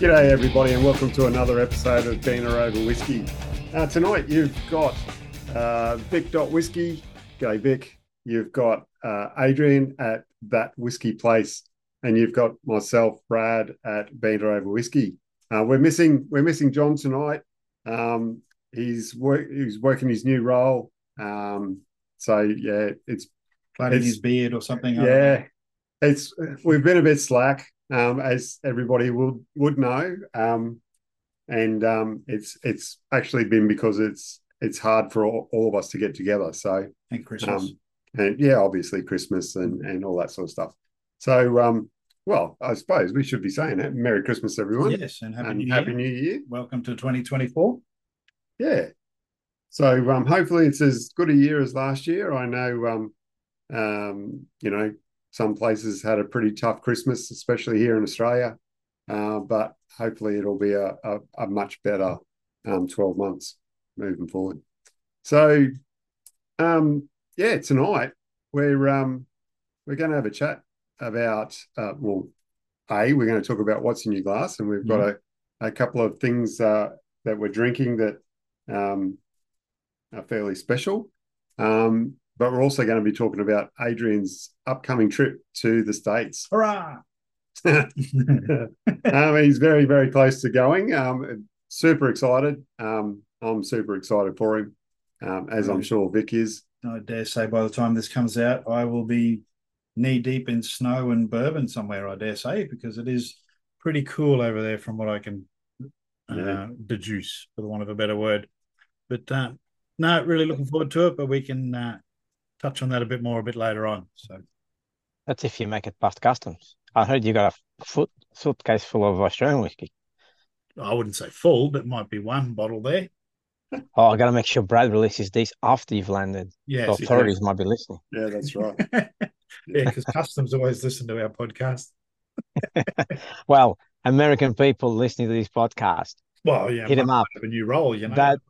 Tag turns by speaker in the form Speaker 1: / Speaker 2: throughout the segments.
Speaker 1: G'day, everybody, and welcome to another episode of Being Over Whiskey. Uh, tonight, you've got uh, Vic Dot Whiskey. G'day, Vic. You've got uh, Adrian at That Whiskey Place, and you've got myself, Brad, at Being Over Whiskey. Uh, we're missing we're missing John tonight. Um, he's work, he's working his new role. Um, so yeah, it's
Speaker 2: plaiting
Speaker 1: It's-
Speaker 2: his beard or something. I don't know.
Speaker 1: yeah, it's we've been a bit slack, um, as everybody would would know, um, and um, it's it's actually been because it's it's hard for all, all of us to get together. So
Speaker 2: and Christmas.
Speaker 1: um, and yeah, obviously Christmas and and all that sort of stuff. So um, well, I suppose we should be saying it. Merry Christmas, everyone,
Speaker 2: yes, and happy
Speaker 1: and
Speaker 2: new year.
Speaker 1: Happy New Year.
Speaker 2: Welcome to 2024.
Speaker 1: Yeah. So um, hopefully it's as good a year as last year. I know, um, um, you know, some places had a pretty tough Christmas, especially here in Australia. Uh, but hopefully it'll be a, a, a much better um, 12 months moving forward. So, um, yeah, tonight we're um, we're going to have a chat about uh, well, a we're going to talk about what's in your glass, and we've got a, a couple of things uh, that we're drinking that um, are fairly special. Um, but we're also going to be talking about Adrian's upcoming trip to the States.
Speaker 2: Hurrah!
Speaker 1: um, he's very, very close to going. Um, super excited. Um, I'm super excited for him, um, as I'm
Speaker 2: Right.
Speaker 1: sure Vic is.
Speaker 2: I dare say by the time this comes out, I will be knee deep in snow and bourbon somewhere, I dare say, because it is pretty cool over there from what I can uh,
Speaker 1: Yeah.
Speaker 2: deduce, for the want of a better word. But uh, no, really looking forward to it, but we can uh, touch on that a bit more a bit later on. So,
Speaker 3: That's if you make it past customs. I heard you got a foot suitcase full of Australian whiskey.
Speaker 2: I wouldn't say full, but might be one bottle there.
Speaker 3: Oh, I gotta make sure Brad releases this after you've landed. The
Speaker 1: Oh,
Speaker 2: Yes,
Speaker 3: authorities might be listening.
Speaker 1: Yeah, that's right.
Speaker 2: yeah, because customs always listen to our podcast.
Speaker 3: Well, American people listening to this podcast,
Speaker 2: Well, yeah,
Speaker 3: hit him up.
Speaker 2: a new role, you know.
Speaker 3: That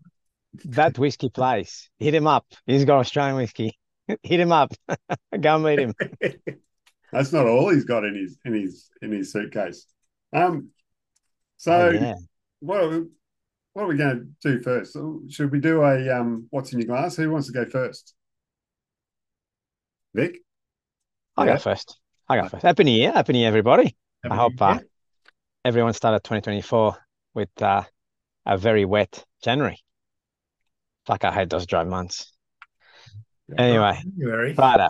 Speaker 3: that whiskey place, hit him up. He's got Australian whiskey. Hit him up. Go meet him.
Speaker 1: that's not all he's got in his in his in his suitcase. Um, so
Speaker 3: Oh, yeah.
Speaker 1: what are we, what are we going to do first? Should we do a um, what's in your glass? Who wants to go first? Vic.
Speaker 3: I
Speaker 1: Yeah.
Speaker 3: go first. I go first. Happy New Year. Happy New Year, everybody.
Speaker 2: Have
Speaker 3: I
Speaker 2: a
Speaker 3: hope
Speaker 2: new
Speaker 3: uh,
Speaker 2: year.
Speaker 3: everyone started 2024 with uh, a very wet January. Fuck, I hate those dry months. Anyway,
Speaker 2: January.
Speaker 3: Friday.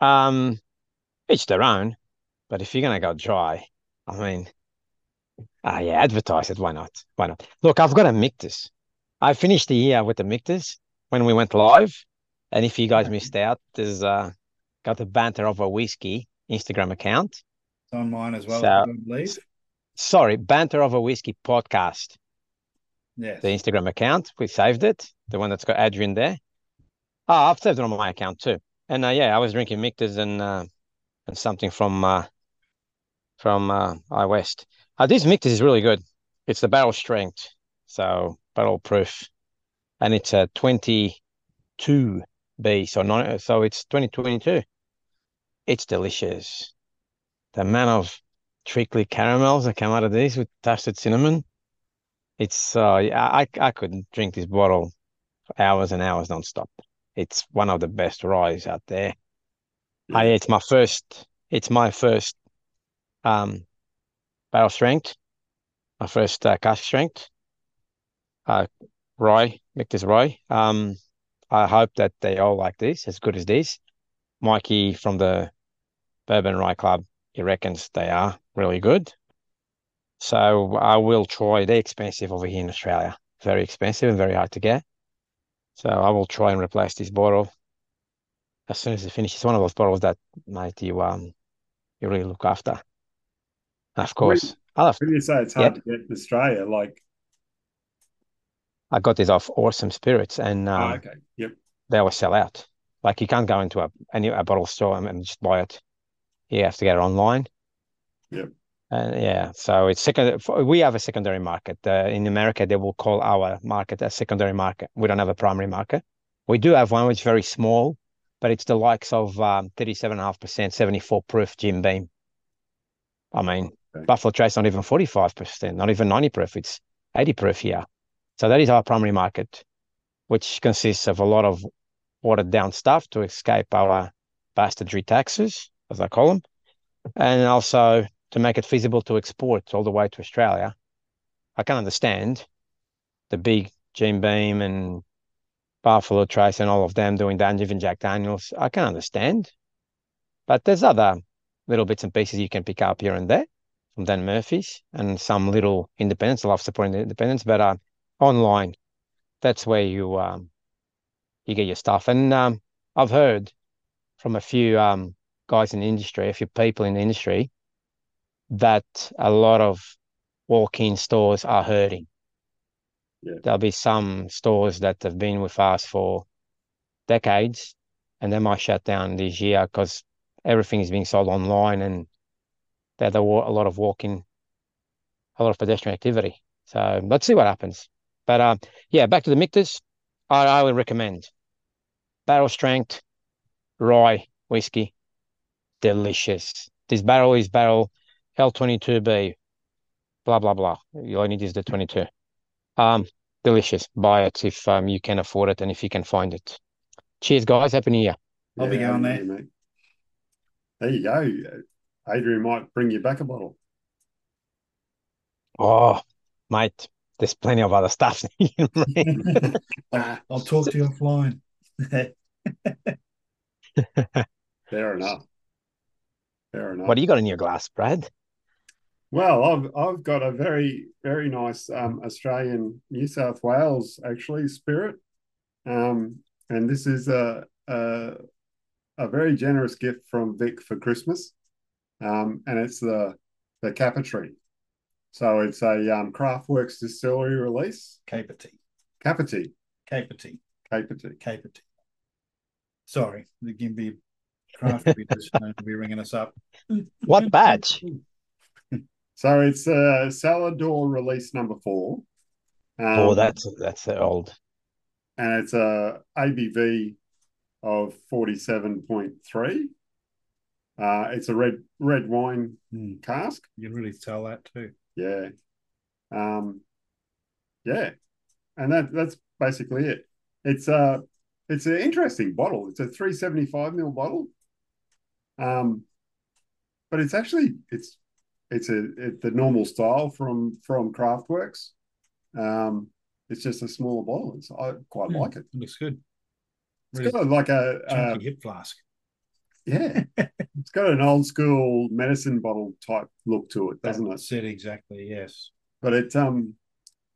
Speaker 3: Um, each their own, but if you're gonna go dry, I mean, ah, yeah, advertise it. Why not? Why not? Look, I've got a Mictus. I finished the year with the Mictus when we went live, and if you guys missed out, there's uh, got the banter over whiskey Instagram account.
Speaker 2: It's on mine as well,
Speaker 3: So-
Speaker 2: I believe.
Speaker 3: Sorry, banter over whiskey podcast.
Speaker 2: Yes.
Speaker 3: the Instagram account. We saved it, the one that's got Adrian there. Ah, I've saved it on my account too. And uh, yeah, I was drinking Mictus and uh, and something from uh, from uh, I West. Uh, this Mictus is really good. It's the barrel strength, so barrel proof, and it's a twenty two B. So nine, so it's twenty twenty two. It's delicious. The amount of trickly caramels that come out of this with toasted cinnamon. It's uh, I I I could drink this bottle for hours and hours nonstop. It's one of the best ryes out there.
Speaker 1: Yeah.
Speaker 3: I, it's my first. It's my first um barrel strength. My first uh, cask strength. Uh, rye, Mictus rye. Um, I hope that they all like this as good as this. Mikey from the Bourbon Rye Club, he reckons they are really good. So I will try. They're expensive over here in Australia, very expensive and very hard to get. So I will try and replace this bottle as soon as it finishes. It's one of those bottles that, mate, you um, you really look after. Of course, I love.
Speaker 1: When you say it's hard to get in Australia, like
Speaker 3: I got this off Awesome Spirits, and
Speaker 1: oh,
Speaker 3: uh,
Speaker 1: okay, yep,
Speaker 3: they always sell out. Like you can't go into a any a bottle store and, and just buy it. You have to get it online.
Speaker 1: Yep.
Speaker 3: And yeah, so it's second. for- We have a secondary market uh, in America. They will call our market a secondary market. We don't have a primary market. We do have one which is very small, but it's the likes of um, thirty-seven and a half percent, seventy-four proof Jim Beam. I mean,
Speaker 1: Okay.
Speaker 3: Buffalo Trace not even forty five percent, not even ninety proof. It's eighty proof here. So that is our primary market, which consists of a lot of watered down stuff to escape our bastardry taxes, as I call them, and also to make it feasible to export all the way to Australia. I can understand the big Jim Beam and Buffalo Trace and all of them doing that, and even Jack Daniels. I can understand. But there's other little bits and pieces you can pick up here and there from Dan Murphy's and some little independents. I love supporting the independents, but uh, online, that's where you um, you get your stuff. And um, I've heard from a few um, guys in the industry, a few people in the industry, that a lot of walk-in stores are hurting.
Speaker 1: Yeah.
Speaker 3: There'll be some stores that have been with us for decades, and they might shut down this year because everything is being sold online, and there's a wa- a lot of walking, a lot of pedestrian activity. So let's see what happens. But um, yeah, back to the Mictus. I, I would recommend barrel strength rye whiskey, delicious. This barrel is barrel L22B, blah blah blah. You only need is the 22. Um, delicious. Buy it if um, you can afford it and if you can find it. Cheers, guys. Happy New Year.
Speaker 2: I'll be
Speaker 1: Yeah,
Speaker 2: going
Speaker 1: happy New Year, mate. There you go. Adrian might bring you back a bottle.
Speaker 3: Oh, mate, there's plenty of other stuff. you can bring.
Speaker 1: Ah,
Speaker 2: I'll talk to you offline.
Speaker 1: fair enough. Fair enough.
Speaker 3: what do you got in your glass, Brad?
Speaker 1: Well, I've I've got a very very nice um, Australian New South Wales actually spirit, um, and this is a, a a very generous gift from Vic for Christmas, um, and it's the the Capitry. So it's a um, Craftworks distillery release,
Speaker 2: Caper tea.
Speaker 1: Capity,
Speaker 2: Caper tea.
Speaker 1: Capity.
Speaker 2: Caper tea. Sorry, the Gimby craft will be just going to be ringing us up.
Speaker 3: What
Speaker 2: Um,
Speaker 3: batch?
Speaker 1: So it's a Salador release number four. Um,
Speaker 3: oh, that's that's the old.
Speaker 1: and it's a ABV of forty seven point three. Uh, it's a red red wine
Speaker 2: Hmm,
Speaker 1: cask.
Speaker 2: you can really tell that too.
Speaker 1: Yeah, um, yeah, and that that's basically it. It's a it's an interesting bottle. It's a three seventy five mil bottle. Um, but it's actually it's it's a it's the normal style from from Craftworks. Um, it's just a smaller bottle. It's, I quite
Speaker 2: Hmm.
Speaker 1: like it.
Speaker 2: Looks good.
Speaker 1: It's
Speaker 2: Really
Speaker 1: got uh, like a, a
Speaker 2: chunky hip flask.
Speaker 1: yeah, it's got an old school medicine bottle type look to it, doesn't it?
Speaker 2: That's it exactly. Yes.
Speaker 1: But it um,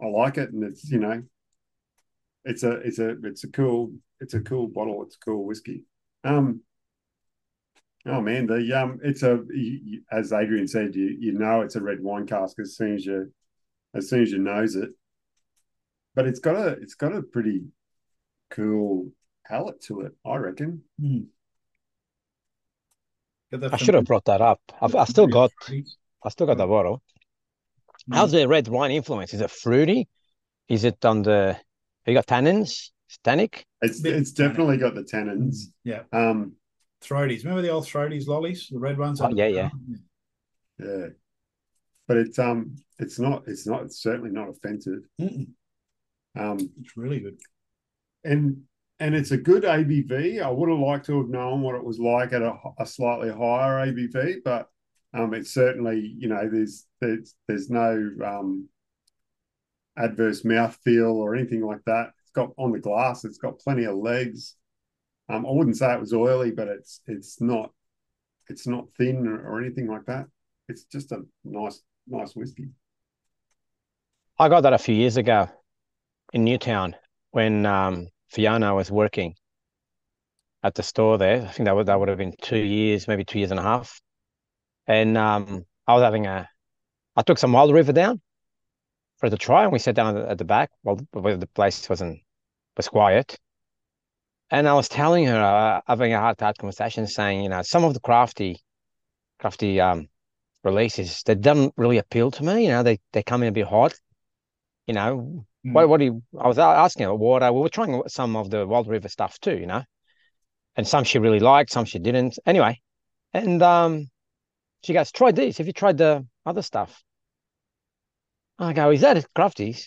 Speaker 1: I like it, and it's you know, it's a it's a it's a cool it's a cool bottle. It's a cool whiskey. Um, oh man, the um, it's a you, you- as Adrian said, you you know it's a red wine cask as soon as you as soon as you nose it. But it's got a it's got a pretty cool palette to it, I reckon.
Speaker 2: Hmm. Got that
Speaker 3: I
Speaker 2: from-
Speaker 3: should have brought that up. I've, I've still got
Speaker 2: Hmm.
Speaker 3: I still got the bottle. How's the red wine influence? Is it fruity? Is it on the? You got tannins? It's tannic?
Speaker 1: It's
Speaker 2: Bit
Speaker 1: it's
Speaker 2: tannic.
Speaker 1: definitely got the tannins.
Speaker 2: Yeah.
Speaker 1: Um,
Speaker 2: Throaties. Remember the old throaties lollies? The red ones?
Speaker 3: Oh, yeah, yeah.
Speaker 1: Yeah. But it's um it's not it's not it's certainly not offensive.
Speaker 2: Mm-mm.
Speaker 1: Um
Speaker 2: It's really good.
Speaker 1: and and it's a good ABV. I would have liked to have known what it was like at a, a slightly higher ABV, but um it's certainly, you know, there's there's there's no um adverse mouthfeel or anything like that. It's got on the glass, it's got plenty of legs. Um I wouldn't say it was oily, but it's it's not it's not thin or, or anything like that. It's just a nice, nice whiskey.
Speaker 3: I got that a few years ago in Newtown when um, Fiona was working at the store there. I think that would that would have been two years, maybe two years and a half. And um, I was having a, I took some Wild River down for the try, and we sat down at the, at the back. Well, where the place wasn't was quiet. And I was telling her, uh, having a heart to heart conversation, saying, you know, some of the crafty, crafty um, releases that don't really appeal to me. You know, they they come in a bit hot. You know, what, what do you, I was a- asking her water. We were trying some of the Wild River stuff too, you know, and some she really liked, some she didn't. Anyway, and um, She goes, try this. Have you tried the other stuff? I go, is that at Crafties?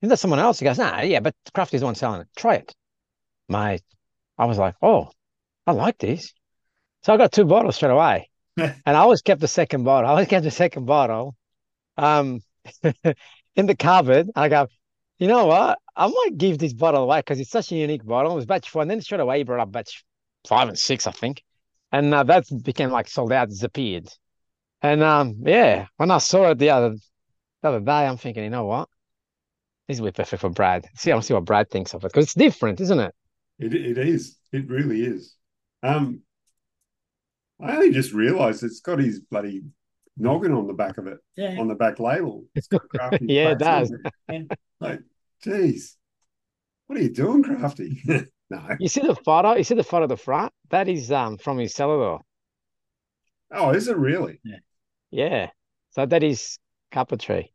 Speaker 3: Isn't that someone else? He goes, nah, yeah, but Crafties the one selling it. Try it. Mate, I was like, oh, I like this. So I got two bottles straight away. and I always kept the second bottle. I always kept the second bottle um, in the cupboard. I go, you know what? I might give this bottle away because it's such a unique bottle. It was batch four. And then straight away, he brought up batch five and six, I think. And uh, that became like sold out, disappeared. And um, yeah, when I saw it the other the other day, I'm thinking, you know what? This would be perfect for Brad. See, I want to see what Brad thinks of it because it's different, isn't it?
Speaker 1: It it is. It really is. Um, I only just realised it's got his bloody noggin on the back of it,
Speaker 2: Yeah.
Speaker 1: on the back label. It's got crafty.
Speaker 3: Yeah, it
Speaker 1: plaques
Speaker 3: does.
Speaker 1: on Like, geez, what are you doing, crafty? no.
Speaker 3: You see the photo? You see the photo of the front? That is um from his cellular.
Speaker 1: Oh, is it really?
Speaker 3: Yeah. So that is Capetry.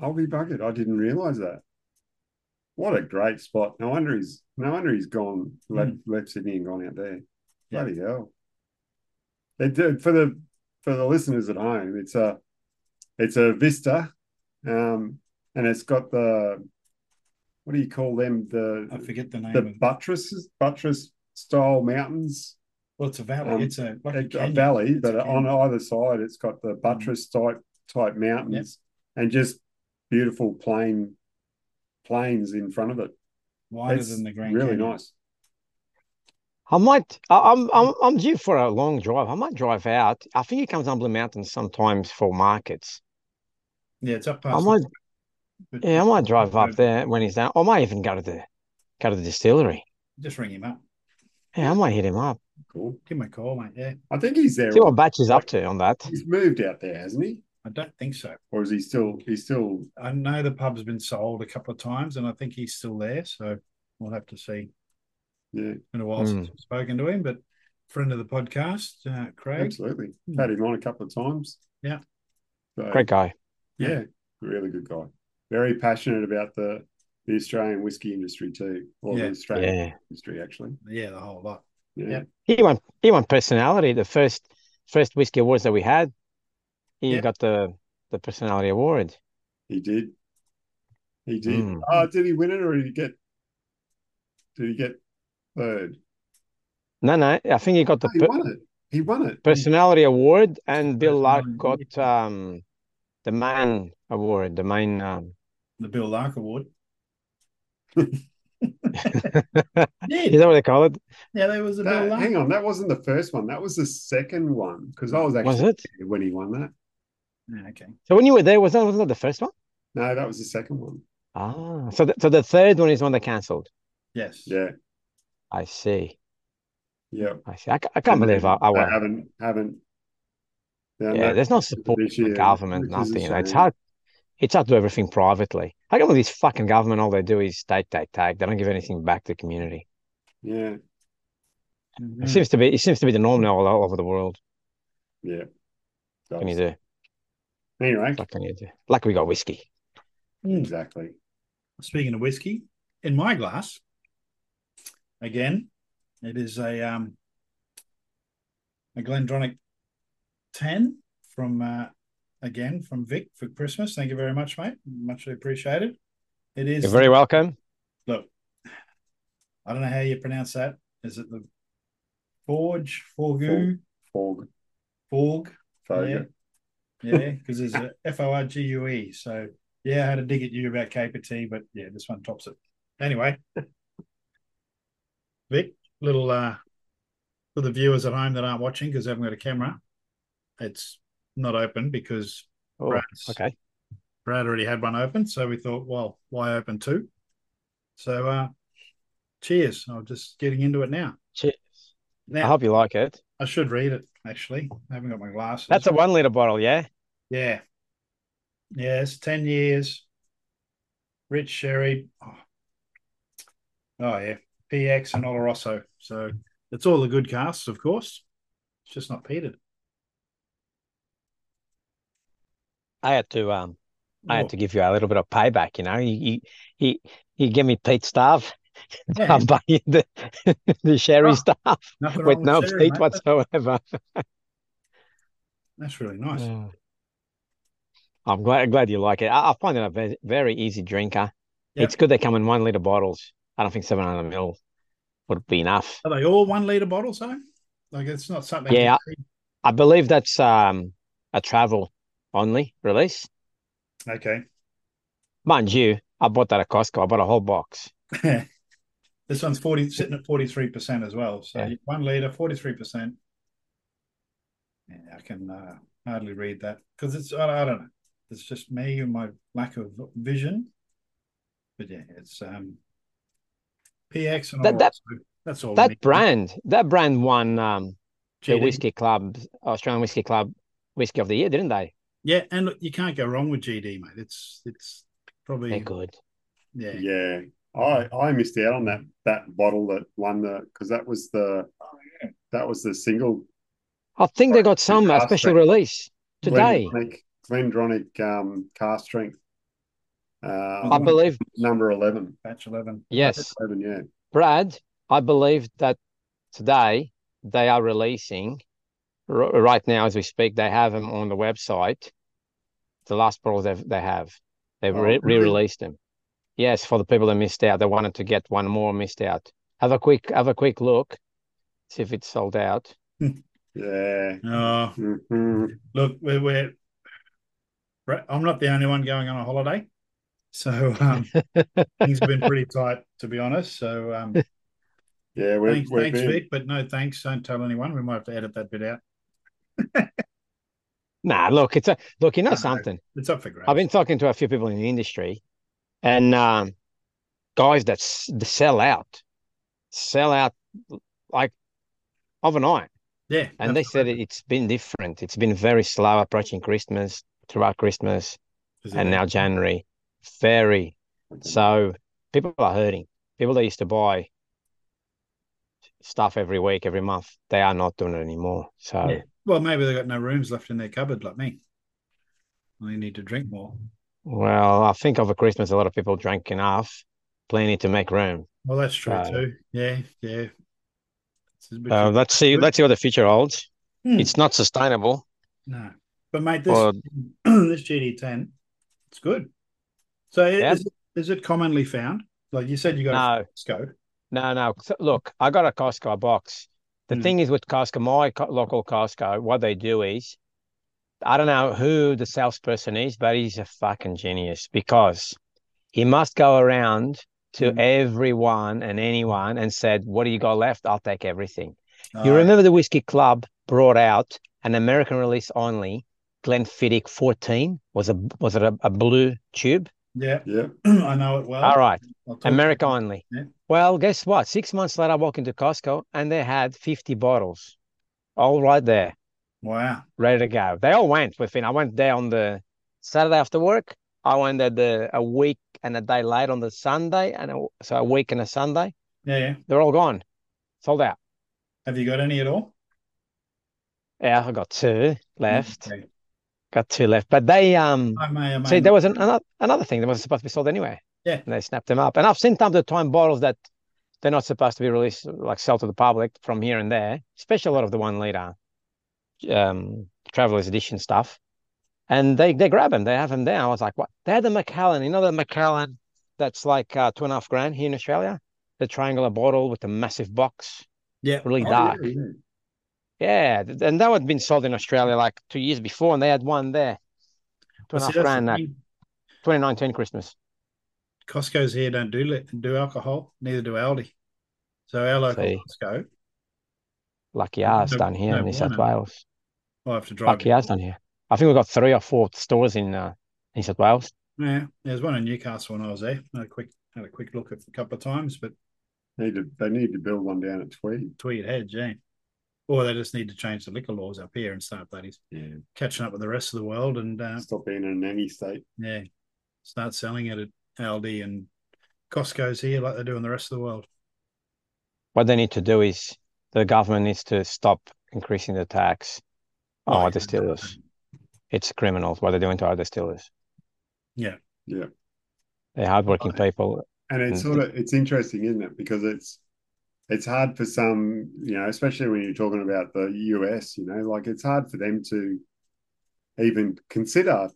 Speaker 1: I'll be buggered. I didn't realise that. What a great spot. No wonder he's no wonder he's gone left left Sydney and gone out there.
Speaker 2: Hmm. Yeah.
Speaker 1: Bloody hell. It did for the for the listeners at home, it's a it's a vista. Um and it's got the what do you call them?
Speaker 2: I
Speaker 1: The
Speaker 2: forget the name
Speaker 1: the
Speaker 2: of it.
Speaker 1: buttresses buttress style mountains.
Speaker 2: Well, it's a valley.
Speaker 1: um,
Speaker 2: it's a like a
Speaker 1: a, a
Speaker 2: canyon.
Speaker 1: valley,
Speaker 2: It's a
Speaker 1: but on
Speaker 2: canyon. Mm.
Speaker 1: either side, it's got the buttress type type mountains and just beautiful plain plains in front of it.
Speaker 2: wider
Speaker 1: It's
Speaker 2: than the Grand
Speaker 1: really
Speaker 2: Canyon.
Speaker 1: nice.
Speaker 3: I might. I, I'm. I'm. I'm due for a long drive. I might drive out. I think he comes down Blue Mountain sometimes for markets.
Speaker 2: Yeah, it's up
Speaker 3: I
Speaker 2: past.
Speaker 3: might.
Speaker 2: but
Speaker 3: Yeah, I might drive up
Speaker 2: But-
Speaker 3: there when he's down. I might even go to the go to the distillery.
Speaker 2: Just ring him up.
Speaker 3: Yeah, I might hit him up.
Speaker 1: Cool.
Speaker 2: Give him a call, mate. Yeah,
Speaker 1: I think he's there.
Speaker 3: See what Batch is up to on that.
Speaker 1: He's moved out there, hasn't he?
Speaker 2: I don't think so.
Speaker 1: Or is he still? He's still.
Speaker 2: I know the pub's been sold a couple of times, and I think he's still there. So we'll have to see.
Speaker 1: Yeah,
Speaker 2: Been a while
Speaker 3: Hmm.
Speaker 2: since I've spoken to him, but friend of the podcast, uh, Craig.
Speaker 1: absolutely.
Speaker 2: Hmm.
Speaker 1: Had him on a couple of times.
Speaker 2: Yeah.
Speaker 1: So,
Speaker 3: Great guy.
Speaker 1: Yeah, really good guy. Very passionate about the the Australian whiskey industry too, or
Speaker 2: Yeah.
Speaker 1: the Australian
Speaker 3: Yeah.
Speaker 1: industry actually.
Speaker 2: Yeah, the whole lot.
Speaker 1: Yeah.
Speaker 2: Yeah.
Speaker 3: He won. He won personality. The first first whiskey awards that we had, he
Speaker 2: Yeah.
Speaker 3: got the the personality award.
Speaker 1: He did. He did.
Speaker 3: Mm.
Speaker 1: Oh, did he win it or did he get did he get third?
Speaker 3: No, no. I think he got the
Speaker 1: No, he
Speaker 3: per-
Speaker 1: won it. He won it.
Speaker 3: personality award, and Bill Lark got
Speaker 2: Personality,
Speaker 3: um the man award. The main. Um,
Speaker 2: The Bill Lark Award.
Speaker 3: is
Speaker 2: yeah,
Speaker 3: that what they call it?
Speaker 2: yeah, there was a Bill
Speaker 1: That-
Speaker 2: Lark.
Speaker 1: hang on, that wasn't the first one. That was the second one because I was
Speaker 3: Was
Speaker 1: actually
Speaker 3: it?
Speaker 1: there when he won that.
Speaker 2: Yeah, Ah, okay.
Speaker 3: So when you were there, was that wasn't that the first one?
Speaker 1: No, that was the second one.
Speaker 3: Ah, so the, so the third one is one that cancelled.
Speaker 2: Yes.
Speaker 1: Yeah,
Speaker 3: I see.
Speaker 1: yeah.
Speaker 3: I see. I, ca- I can't
Speaker 1: And
Speaker 3: believe I,
Speaker 1: they
Speaker 3: I went.
Speaker 1: haven't haven't. done
Speaker 3: Oh, Yeah,
Speaker 1: that
Speaker 3: there's no support
Speaker 1: this
Speaker 3: from
Speaker 1: year,
Speaker 3: government,
Speaker 1: which is a
Speaker 3: nothing. you know, It's
Speaker 1: shame.
Speaker 3: hard. It's hard to do everything privately. I can't believe this fucking government. All they do is take, take, take. They don't give anything back to the community.
Speaker 1: Yeah, Mm.
Speaker 3: It
Speaker 2: Mhm.
Speaker 3: seems to be. It seems to be the norm now all, all over the world.
Speaker 1: yeah.
Speaker 3: What can you
Speaker 1: Does.
Speaker 3: do?
Speaker 1: Anyway,
Speaker 3: What can you do? Like we got whiskey.
Speaker 2: Mm.
Speaker 1: exactly.
Speaker 2: Speaking of whiskey, in my glass, again, it is a um, a Glendronic ten from uh, again from Vic for Christmas. Thank you very much, mate. Muchly appreciated. It is
Speaker 3: You're very welcome.
Speaker 2: look. I don't know how you pronounce that. Is it the Forge Forgu
Speaker 1: Fog,
Speaker 2: Forg?
Speaker 1: fog.
Speaker 2: Yeah. Yeah, because there's a F O R G U E. So yeah, I had a dig at you about KPT, but yeah, this one tops it. Anyway, Vic, little uh for the viewers at home that aren't watching because they haven't got a camera, it's not open because
Speaker 3: Oh,
Speaker 2: Brad's-
Speaker 3: okay.
Speaker 2: Brad already had one open, so we thought, well, why open two? So uh cheers. I'm just getting into it now.
Speaker 3: Cheers. I
Speaker 2: Now
Speaker 3: hope you like it.
Speaker 2: I should read it actually. I haven't got my glasses.
Speaker 3: That's a one liter bottle, yeah.
Speaker 2: Yeah. Yes, 10 years. Rich sherry. Oh, Oh, yeah. PX and Oloroso. So it's all the good casts, of course. It's just not peated.
Speaker 3: I had to um, I
Speaker 2: Oh,
Speaker 3: had to give you a little bit of payback. You know, you you you, you give me Pete stuff.
Speaker 2: yeah,
Speaker 3: I'll buy you the the sherry
Speaker 2: Oh,
Speaker 3: stuff
Speaker 2: nothing
Speaker 3: with
Speaker 2: wrong
Speaker 3: no
Speaker 2: with sherry,
Speaker 3: peat
Speaker 2: mate.
Speaker 3: whatsoever.
Speaker 2: That's really nice.
Speaker 3: Yeah. I'm glad glad you like it. I, I find it a ve- very easy drinker.
Speaker 2: Yep.
Speaker 3: It's good they come in one liter bottles. I don't think 700 mil would be enough.
Speaker 2: Are they all one liter bottles though? Like it's not something.
Speaker 3: Yeah. I believe that's um a travel only release.
Speaker 2: Okay.
Speaker 3: Mind you, I bought that at Costco. I bought a whole box.
Speaker 2: this one's forty, sitting at forty three percent as well. So
Speaker 3: Yeah.
Speaker 2: one liter, forty three percent. Yeah, I can uh, hardly read that because it's I, I don't know. It's just me and my lack of vision. But yeah, it's um PX and
Speaker 3: That-
Speaker 2: all
Speaker 3: that-
Speaker 2: so that's all. we
Speaker 3: That
Speaker 2: need.
Speaker 3: brand, that brand won um the
Speaker 2: GD.
Speaker 3: whiskey club, Australian whiskey club whiskey of the year, didn't they?
Speaker 2: Yeah, and look, you can't go wrong with GD, mate. It's it's
Speaker 3: They're
Speaker 2: probably
Speaker 3: good.
Speaker 2: yeah.
Speaker 1: Yeah, I I missed out on that that bottle that won the because that was the that was the single
Speaker 3: I think they got some a
Speaker 1: Fantastic.
Speaker 3: special release today.
Speaker 1: Glendronach, Glendronach um, car strength. Uh,
Speaker 3: I believe
Speaker 1: number eleven.
Speaker 2: Batch eleven.
Speaker 3: yes.
Speaker 1: Eleven, yeah.
Speaker 3: Brad, I believe that today they are releasing r- right now as we speak. They have them on the website. The last bottles they've, they have, they've
Speaker 1: Oh,
Speaker 3: re-
Speaker 1: really?
Speaker 3: re-released them. Yes, for the people that missed out, they wanted to get one more missed out. Have a quick have a quick look, see if it's sold out.
Speaker 1: Yeah.
Speaker 2: Oh,
Speaker 1: Mhm.
Speaker 2: look, we're, we're Brett, I'm not the only one going on a holiday, so um, things have been pretty tight, to be honest. So um,
Speaker 1: Yeah, we're,
Speaker 2: thanks,
Speaker 1: we're
Speaker 2: thanks,
Speaker 1: being-
Speaker 2: Vic, but no thanks. Don't tell anyone. We might have to edit that bit out.
Speaker 3: Nah, look, it's a look. You know
Speaker 2: No.
Speaker 3: something.
Speaker 2: It's up for grabs.
Speaker 3: I've been talking to a few people in the industry, and um, guys that s- that sell out, sell out like overnight.
Speaker 2: yeah,
Speaker 3: And they said
Speaker 2: absolutely.
Speaker 3: it- it's been different. It's been very slow approaching Christmas throughout Christmas and now January. Very. So people are hurting. People that used to buy stuff every week, every month, they are not doing it anymore. So
Speaker 2: Yeah. Well, maybe they've got no rooms left in their cupboard, like me. Well, you need to drink more.
Speaker 3: well, I think over Christmas a lot of people drank enough, plenty to make room.
Speaker 2: Well, that's true
Speaker 3: So-
Speaker 2: too. Yeah, yeah. This is a bit tricky.
Speaker 3: So Uh, let's see
Speaker 2: Good.
Speaker 3: let's see what the future holds.
Speaker 2: Hmm.
Speaker 3: It's not sustainable.
Speaker 2: No, but mate, this
Speaker 3: Or-
Speaker 2: this GD ten, it's good. So i-
Speaker 3: Yeah.
Speaker 2: is, it, is it commonly found? Like you said, you got
Speaker 3: No.
Speaker 2: a scope.
Speaker 3: No, no. So, Look, I got a Costco box. The
Speaker 2: Mm.
Speaker 3: thing is with Costco, my co- local Costco, what they do is, I don't know who the salesperson is, but he's a fucking genius because he must go around to
Speaker 2: Mm.
Speaker 3: everyone and anyone and said, "What do you got left? I'll take everything."
Speaker 2: Uh,
Speaker 3: You remember the Whiskey Club brought out an American release only Glenfiddich 14 was a was it a, a blue tube?
Speaker 2: Yeah,
Speaker 1: yeah.
Speaker 2: I know it well.
Speaker 3: All right.
Speaker 2: I'll talk-
Speaker 3: America only.
Speaker 2: Oh, Yeah.
Speaker 3: Well, guess what? Six months later, I walk into Costco and they had 50 bottles, all right there,
Speaker 2: Wow.
Speaker 3: ready to go. They all went within. I went there on the Saturday after work. I went there the, a week and a day late on the Sunday, and a, so a week and a Sunday.
Speaker 2: Yeah, yeah.
Speaker 3: They're all gone, sold out.
Speaker 2: Have you got any at all?
Speaker 3: Yeah, I got two left.
Speaker 2: Okay.
Speaker 3: Got two left, but they um.
Speaker 2: I may, I may
Speaker 3: See,
Speaker 2: not.
Speaker 3: there was an, another another thing that wasn't supposed to be sold anyway.
Speaker 2: Yeah.
Speaker 3: And they snapped them up. And I've seen time to time bottles that they're not supposed to be released, like sell to the public from here and there, especially a lot of the one liter um, traveler's edition stuff. And they, they grab them, they have them there. I was like, what? They had the Macallan, you know, the Macallan that's like uh, two and a half grand here in Australia, the triangular bottle with the massive box,
Speaker 2: yeah.
Speaker 3: really
Speaker 1: Oh,
Speaker 3: dark.
Speaker 1: yeah, yeah.
Speaker 3: Yeah. th- And that had been sold in Australia like two years before, and they had one there, two
Speaker 2: Well, see,
Speaker 3: and a half
Speaker 2: that's the
Speaker 3: grand at
Speaker 2: thing.
Speaker 3: 2019 Christmas.
Speaker 2: Costco's here don't do li- do alcohol, neither do Aldi. So our local
Speaker 3: See.
Speaker 2: Costco,
Speaker 3: Lucky
Speaker 2: No-
Speaker 3: us down here
Speaker 2: no
Speaker 3: in New South
Speaker 2: bueno.
Speaker 3: Wales.
Speaker 2: I have to drive.
Speaker 3: Lucky us down here. I think we've got three or four stores in uh, New South Wales.
Speaker 2: Yeah, there's one in Newcastle when I was there. Had a quick had a quick look at a couple of times, but
Speaker 1: Need to, they need to build one down at Tweed.
Speaker 2: Tweed Head, yeah. Or they just need to change the liquor laws up here and start bloody
Speaker 1: Yeah.
Speaker 2: catching up with the rest of the world and uh,
Speaker 1: Stop being in a nanny state.
Speaker 2: yeah, start selling it at Aldi and Costco's here like they do in the rest of the world.
Speaker 3: What they need to do is the government needs to stop increasing the tax on
Speaker 2: Like,
Speaker 3: our distillers. It's criminals what they're doing to our distillers.
Speaker 1: Yeah.
Speaker 3: They're hardworking people.
Speaker 1: And it's
Speaker 3: And-
Speaker 1: sort of it's interesting, isn't it? Because it's it's hard for some, you know, especially when you're talking about the US, you know, like it's hard for them to even consider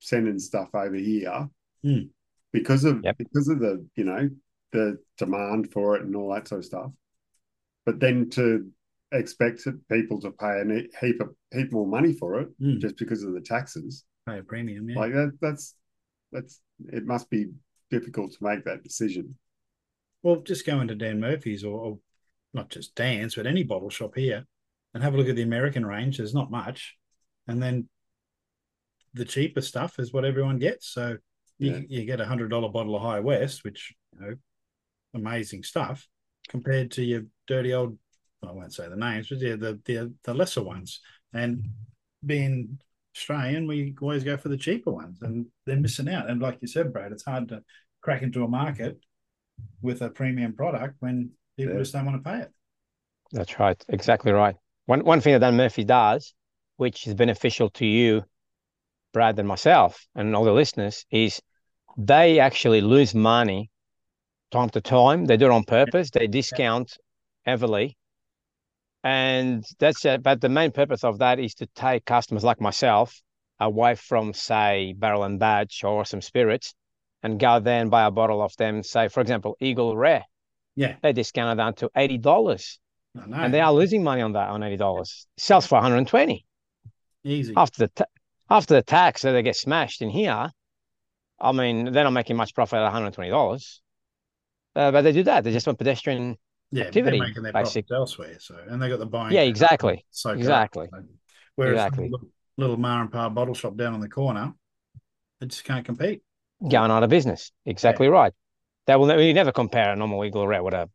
Speaker 1: sending stuff over here
Speaker 2: Hmm.
Speaker 1: because of
Speaker 3: Yep.
Speaker 1: because of the you know the demand for it and all that sort of stuff. But then to expect people to pay a heap of, heap more money for it
Speaker 2: Mm.
Speaker 1: just because of the taxes,
Speaker 2: Pay a premium, yeah.
Speaker 1: like that that's that's it must be difficult to make that decision.
Speaker 2: Well, just go into Dan Murphy's or, or not just Dan's, but any bottle shop here and have a look at the American range. There's not much. And then the cheaper stuff is what everyone gets. So you,
Speaker 1: Yeah.
Speaker 2: you get a hundred dollar bottle of High West, which you know, amazing stuff compared to your dirty old I won't say the names, but yeah, the the the lesser ones. And being Australian, we always go for the cheaper ones and they're missing out. And like you said, Brad, it's hard to crack into a market with a premium product when people
Speaker 1: Yeah.
Speaker 2: just don't want to pay it.
Speaker 3: That's right. Exactly right. One one thing that Dan Murphy does, which is beneficial to you, Brad, and myself, and all the listeners, is they actually lose money time to time. They do it on purpose. They discount heavily. And that's it. But the main purpose of that is to take customers like myself away from, say, Barrel and Badge or some spirits and go there and buy a bottle of them, say, for example, Eagle Rare.
Speaker 2: Yeah.
Speaker 3: They discount it down to $80
Speaker 2: I know.
Speaker 3: and they are losing money on that on eighty dollars. Sells for one hundred and twenty
Speaker 2: easy.
Speaker 3: after the ta- after the tax that they get smashed in here. I mean, they're not making much profit at one hundred twenty dollars, uh, but they do that. They just want pedestrian.
Speaker 2: yeah,
Speaker 3: activity,
Speaker 2: they're making their
Speaker 3: basic-
Speaker 2: profits elsewhere. So and they got the buying.
Speaker 3: Yeah,
Speaker 2: power.
Speaker 3: exactly,
Speaker 2: So good.
Speaker 3: exactly.
Speaker 2: So, whereas
Speaker 3: Exactly.
Speaker 2: little, little Ma and Pa bottle shop down on the corner, they just can't compete.
Speaker 3: Going out of business. Exactly right. They will. Ne- you never compare a normal eagle rare with a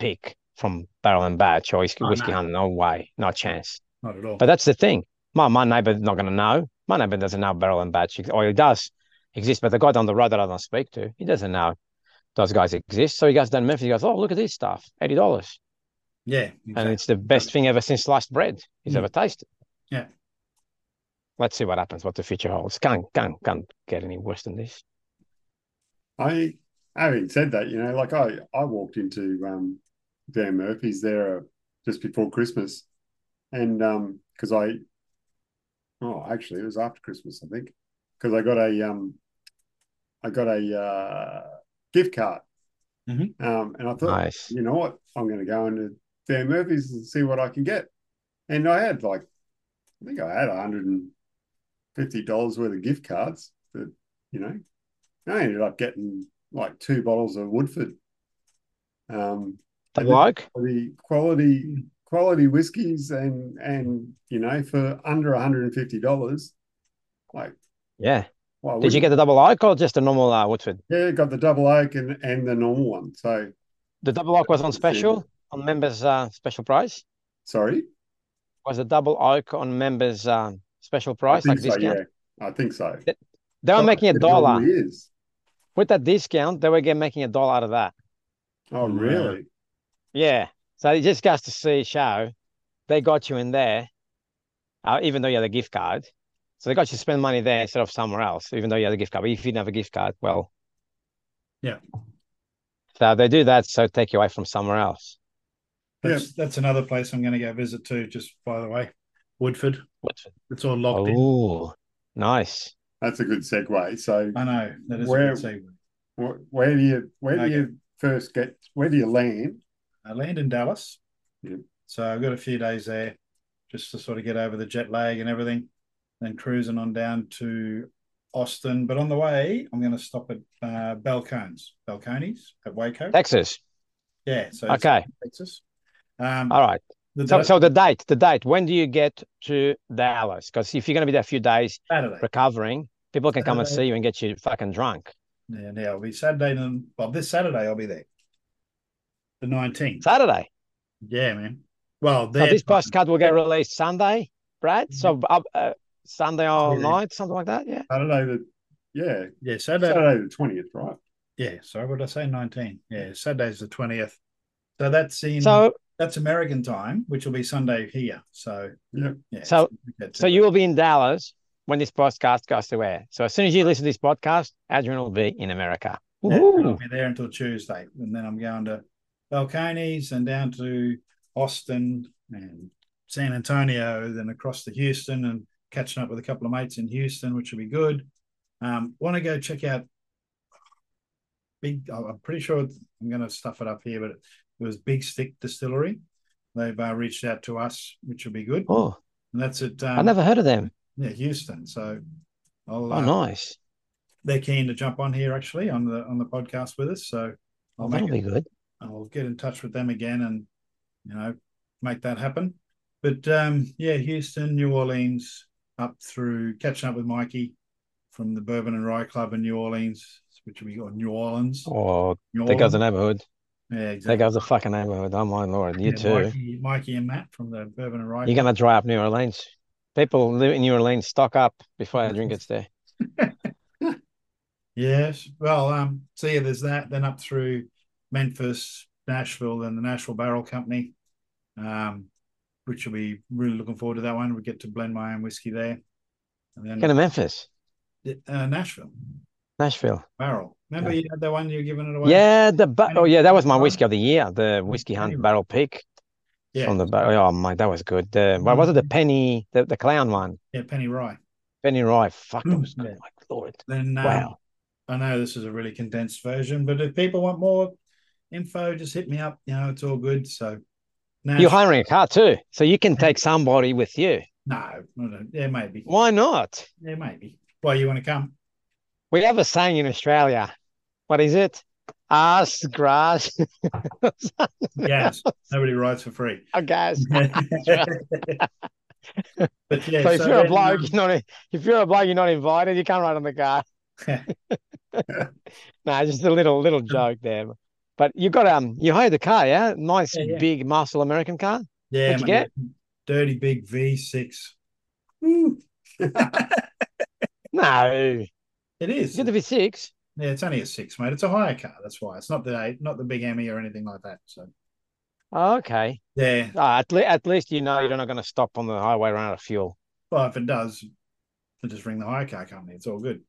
Speaker 3: pig from Barrel and Batch or whiskey,
Speaker 2: Oh,
Speaker 3: whiskey
Speaker 2: no.
Speaker 3: hunter. No way, no chance.
Speaker 2: Not at all.
Speaker 3: But that's the thing. My my neighbour's not going to know. My neighbour doesn't know barrel and batch, ex- or he does exist. But the guy down the road that I don't speak to, he doesn't know those guys exist. So he goes down to Memphis. He goes, "Oh, look at this stuff, eighty dollars,
Speaker 2: yeah,
Speaker 3: and
Speaker 2: exactly.
Speaker 3: it's the best thing ever since sliced bread he's
Speaker 2: Mm.
Speaker 3: ever tasted."
Speaker 2: Yeah.
Speaker 3: Let's see what happens. What the future holds. Can't can't can't get any worse than this.
Speaker 1: I having said that, you know, like I I walked into um Dan Murphy's there uh, just before Christmas, and um because I oh actually it was after Christmas I think because I got a um I got a uh, gift card,
Speaker 2: Mhm.
Speaker 1: um and I thought
Speaker 3: Nice.
Speaker 1: you know what I'm going to go into Dan Murphy's and see what I can get, and I had like I think I had hundred and fifty dollars worth of gift cards that you know I ended up getting like two bottles of Woodford. Um,
Speaker 3: The
Speaker 1: and then-
Speaker 3: bloke.
Speaker 1: the quality quality whiskies and and you know for under one hundred and fifty dollars, like
Speaker 3: Yeah.
Speaker 1: why
Speaker 3: Did you get the double oak or just a normal uh, Woodford?
Speaker 1: yeah got the double oak and and the normal one. So
Speaker 3: The double oak was on
Speaker 1: Let's see.
Speaker 3: special on members' uh, special price.
Speaker 1: sorry,
Speaker 3: Was the double oak on members' um, special
Speaker 1: I
Speaker 3: price
Speaker 1: think
Speaker 3: like
Speaker 1: so.
Speaker 3: discount?
Speaker 1: Yeah, I think so.
Speaker 3: They were making a
Speaker 1: It normally
Speaker 3: dollar
Speaker 1: Is
Speaker 3: with that discount. They were get, making a dollar out of that.
Speaker 1: oh
Speaker 2: Wow.
Speaker 1: really?
Speaker 3: Yeah. So it just goes to see show they got you in there, uh, even though you had a gift card. So they got you to spend money there instead of somewhere else, even though you had a gift card. But if you didn't have a gift card, well,
Speaker 2: Yeah.
Speaker 3: So they do that. So take you away from somewhere else.
Speaker 2: That's that's another place I'm going to go visit too. Just by the way, Woodford.
Speaker 3: What's
Speaker 2: It's all locked in.
Speaker 3: oh, nice.
Speaker 1: That's a good segue. So
Speaker 2: I know that is
Speaker 1: Where-
Speaker 2: a good segue.
Speaker 1: wh- where do you where do
Speaker 2: Okay.
Speaker 1: you first get where do you land?
Speaker 2: I land in Dallas.
Speaker 1: Yep.
Speaker 2: So I've got a few days there just to sort of get over the jet lag and everything. Then cruising on down to Austin. But on the way, I'm going to stop at uh, Balcones, Balcones at Waco.
Speaker 3: Texas.
Speaker 2: Yeah. So it's
Speaker 3: Okay.
Speaker 2: Texas. Um,
Speaker 3: All right.
Speaker 2: the
Speaker 3: So,
Speaker 2: da-
Speaker 3: so the date, the date. When do you get to Dallas? Because if you're going to be there a few days
Speaker 2: Saturday.
Speaker 3: recovering, people can come and
Speaker 2: Saturday.
Speaker 3: see you and get you fucking drunk.
Speaker 2: Yeah, now it'll be Saturday. And, well, this Saturday I'll be there. The 19th.
Speaker 3: Saturday.
Speaker 2: Yeah, man. Well,
Speaker 3: So
Speaker 2: there.
Speaker 3: Oh, this postcard will get released Sunday, Brad.
Speaker 2: Yeah.
Speaker 3: So uh, uh, Sunday all
Speaker 2: Mm-hmm. Yeah.
Speaker 3: night, something like that. Yeah.
Speaker 1: Saturday the yeah
Speaker 2: Yeah, Saturday.
Speaker 1: Saturday the twentieth, right?
Speaker 2: Yeah, sorry, what did I say? 19. Yeah, Saturday's the 20th. So that's in
Speaker 3: So
Speaker 2: that's American time, which will be Sunday here. So
Speaker 1: Yep.
Speaker 2: yeah.
Speaker 3: So-
Speaker 2: we get to
Speaker 3: so
Speaker 2: it.
Speaker 3: you will be in Dallas when this podcast goes to air. So as soon as you listen to this podcast, Adrian will be in America.
Speaker 2: Yeah, and I'll
Speaker 3: Woohoo.
Speaker 2: be there until Tuesday, and then I'm going to Balcones and down to Austin and San Antonio, then across to Houston and catching up with a couple of mates in Houston, which will be good. Um, want to go check out big. I'm pretty sure I'm going to stuff it up here, but it, was Big Stick Distillery. They've uh, reached out to us, which will be good.
Speaker 3: Oh,
Speaker 2: And that's at
Speaker 3: I
Speaker 2: um,
Speaker 3: never heard of them.
Speaker 2: yeah, Houston. So I'll,
Speaker 3: Oh,
Speaker 2: uh,
Speaker 3: nice.
Speaker 2: they're keen to jump on here actually on the on the podcast with us. So I'll
Speaker 3: Well,
Speaker 2: make
Speaker 3: Oh, that'll
Speaker 2: it,
Speaker 3: be good.
Speaker 2: I'll get in touch with them again and you know make that happen. But um, yeah, Houston, New Orleans, up through catching up with Mikey from the Bourbon and Rye Club in New Orleans, which we got New Orleans.
Speaker 3: Oh,
Speaker 2: New
Speaker 3: there goes the
Speaker 2: Orleans.
Speaker 3: neighborhood.
Speaker 2: yeah,
Speaker 3: There
Speaker 2: exactly.
Speaker 3: goes the fucking neighborhood. Oh my lord, you
Speaker 2: Yeah,
Speaker 3: too.
Speaker 2: Mikey, Mikey and Matt from the Bourbon and Rye
Speaker 3: You're
Speaker 2: Club.
Speaker 3: gonna dry up New Orleans. People live in New Orleans. Stock up before I drink it's there.
Speaker 2: Yes. Well, um, so yeah, there's that. Then up through Memphis, Nashville, then the Nashville Barrel Company, um, which will be really looking forward to that one. We get to blend my own whiskey there. And
Speaker 3: Go
Speaker 2: then
Speaker 3: to Memphis,
Speaker 2: uh, Nashville
Speaker 3: Nashville.
Speaker 2: Barrel. Remember you had that one you were giving it away?
Speaker 3: Yeah, the ba- oh yeah, that was my
Speaker 2: Anyway.
Speaker 3: whiskey of the year, the whiskey hunt
Speaker 2: Anyway.
Speaker 3: barrel pick
Speaker 2: Yeah. Mm.
Speaker 3: from the barrel. Oh my, that was good. The, what was it? The penny, the, the clown one,
Speaker 2: Yeah, Penny Rye.
Speaker 3: penny rye. Fuck, that
Speaker 2: Mm,
Speaker 3: was good.
Speaker 2: yeah.
Speaker 3: My lord,
Speaker 2: Then um,
Speaker 3: wow.
Speaker 2: I know this is a really condensed version, but if people want more info, just hit me up. You know, it's all good. So
Speaker 3: You're
Speaker 2: Nash-
Speaker 3: hiring a car too, so you can take somebody with you.
Speaker 2: No, no, no, yeah, maybe.
Speaker 3: Why not?
Speaker 2: Yeah, maybe. Why you want to come?
Speaker 3: We have a saying in Australia. What is it? Ass grass.
Speaker 2: Yes, nobody rides for free.
Speaker 3: Oh, guys.
Speaker 2: but yeah,
Speaker 3: so if
Speaker 2: so
Speaker 3: you're a
Speaker 2: then,
Speaker 3: bloke,
Speaker 2: um,
Speaker 3: you're not if you're a bloke, you're not invited. You can't ride on the car. No, just a little little joke there. But you got um, you hired the car, yeah, nice
Speaker 2: Yeah, yeah.
Speaker 3: big muscle American car.
Speaker 2: yeah,
Speaker 3: What'd you
Speaker 2: mate, dirty big Hmm, V6. Woo.
Speaker 3: No,
Speaker 2: It is.
Speaker 3: it's got the V6.
Speaker 2: Yeah, it's only a six, mate. It's a higher car. That's why it's not the eight, not the big Emmy or anything like that. So
Speaker 3: Oh, okay,
Speaker 2: yeah,
Speaker 3: Ah, at, le- at least you know you're not going to stop on the highway run out of fuel.
Speaker 2: well, if it does, I just ring the hire car company. It's all good.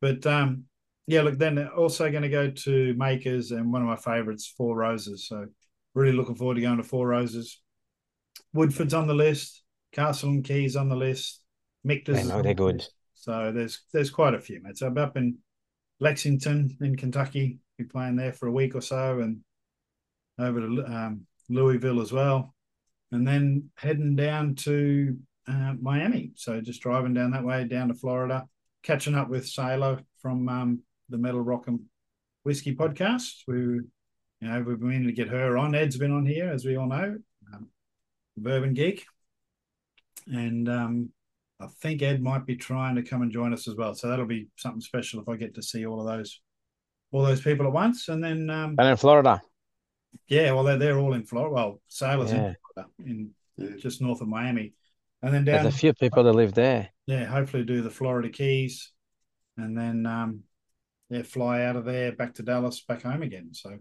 Speaker 2: But um, yeah, look, then also going to go to Makers and one of my favorites, Four Roses. So really looking forward to going to Four Roses. Woodford's on the list. Castle and Keys on the list. Mictus.
Speaker 3: I
Speaker 2: is
Speaker 3: know
Speaker 2: on
Speaker 3: they're
Speaker 2: the
Speaker 3: good.
Speaker 2: list. So there's there's quite a few, mate. So I'm up in Lexington in Kentucky. Be playing there for a week or so, and over to um, Louisville as well, and then heading down to uh, Miami. So just driving down that way down to Florida, catching up with Salo from um, the Metal Rock and Whiskey podcast. We, you know, we've been meaning to get her on. Ed's been on here, as we all know, um, Bourbon Geek, and um, I think Ed might be trying to come and join us as well. So that'll be something special if I get to see all of those, all those people at once. And then um,
Speaker 3: But in Florida,
Speaker 2: yeah, well, they're, they're all in Florida. Well, Sailor's
Speaker 3: yeah,
Speaker 2: in Florida, in
Speaker 1: Yeah.
Speaker 2: just north of Miami. And then
Speaker 3: there's
Speaker 2: down,
Speaker 3: a few people that live there.
Speaker 2: yeah, hopefully do the Florida Keys and then, um, yeah, fly out of there back to Dallas, back home again. So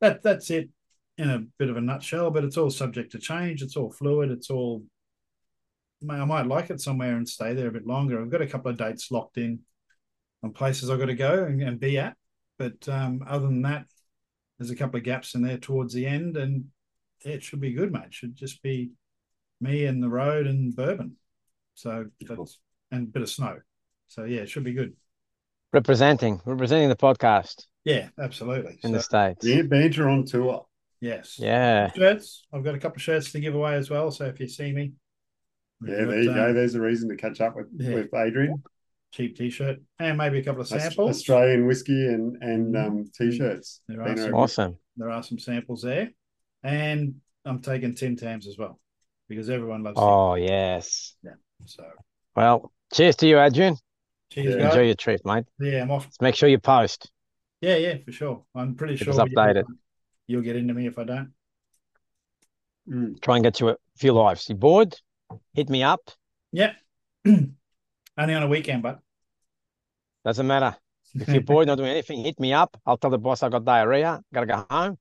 Speaker 2: that that's it in a bit of a nutshell, but it's all subject to change. It's all fluid. It's all, I might like it somewhere and stay there a bit longer. I've got a couple of dates locked in on places I've got to go and, and be at. But um, other than that, there's a couple of gaps in there towards the end, and yeah, it should be good, mate. It should just be me and the road and bourbon. So that's and a bit of snow. So yeah, it should be good.
Speaker 3: Representing, representing the podcast
Speaker 2: Yeah, absolutely.
Speaker 3: in
Speaker 2: So
Speaker 3: the states.
Speaker 1: Yeah, banter on tour.
Speaker 2: yes.
Speaker 3: Yeah,
Speaker 2: Shirts. I've got a couple of shirts to give away as well. So if you see me, we've
Speaker 1: Yeah,
Speaker 2: got,
Speaker 1: there you go.
Speaker 2: um,
Speaker 1: There's a reason to catch up with,
Speaker 2: yeah.
Speaker 1: with Adrian.
Speaker 2: Cheap t-shirt and maybe a couple of
Speaker 1: Aus-
Speaker 2: samples.
Speaker 1: Australian whiskey and and um,
Speaker 2: Mm.
Speaker 1: t-shirts.
Speaker 2: There are
Speaker 1: Banner
Speaker 2: some.
Speaker 1: and-
Speaker 3: awesome.
Speaker 2: There are some samples there, and I'm taking Tim Tams as well because everyone loves Tim.
Speaker 3: Oh yes.
Speaker 2: So
Speaker 3: Well, cheers to you, Adrian.
Speaker 2: cheers,
Speaker 1: Yeah.
Speaker 2: guys.
Speaker 3: Enjoy your trip, mate.
Speaker 2: Yeah, I'm off.
Speaker 3: Just make sure you post.
Speaker 2: Yeah, yeah, for sure. I'm pretty
Speaker 3: Keep
Speaker 2: sure
Speaker 3: us updated.
Speaker 2: You'll, you'll get into me if I don't.
Speaker 1: Mm.
Speaker 3: Try and get you a few lives. You bored? Hit me up.
Speaker 2: Yep. Only on a weekend, but
Speaker 3: Doesn't matter. If you're bored, not doing anything, hit me up. I'll tell the boss I got diarrhea. Gotta go home.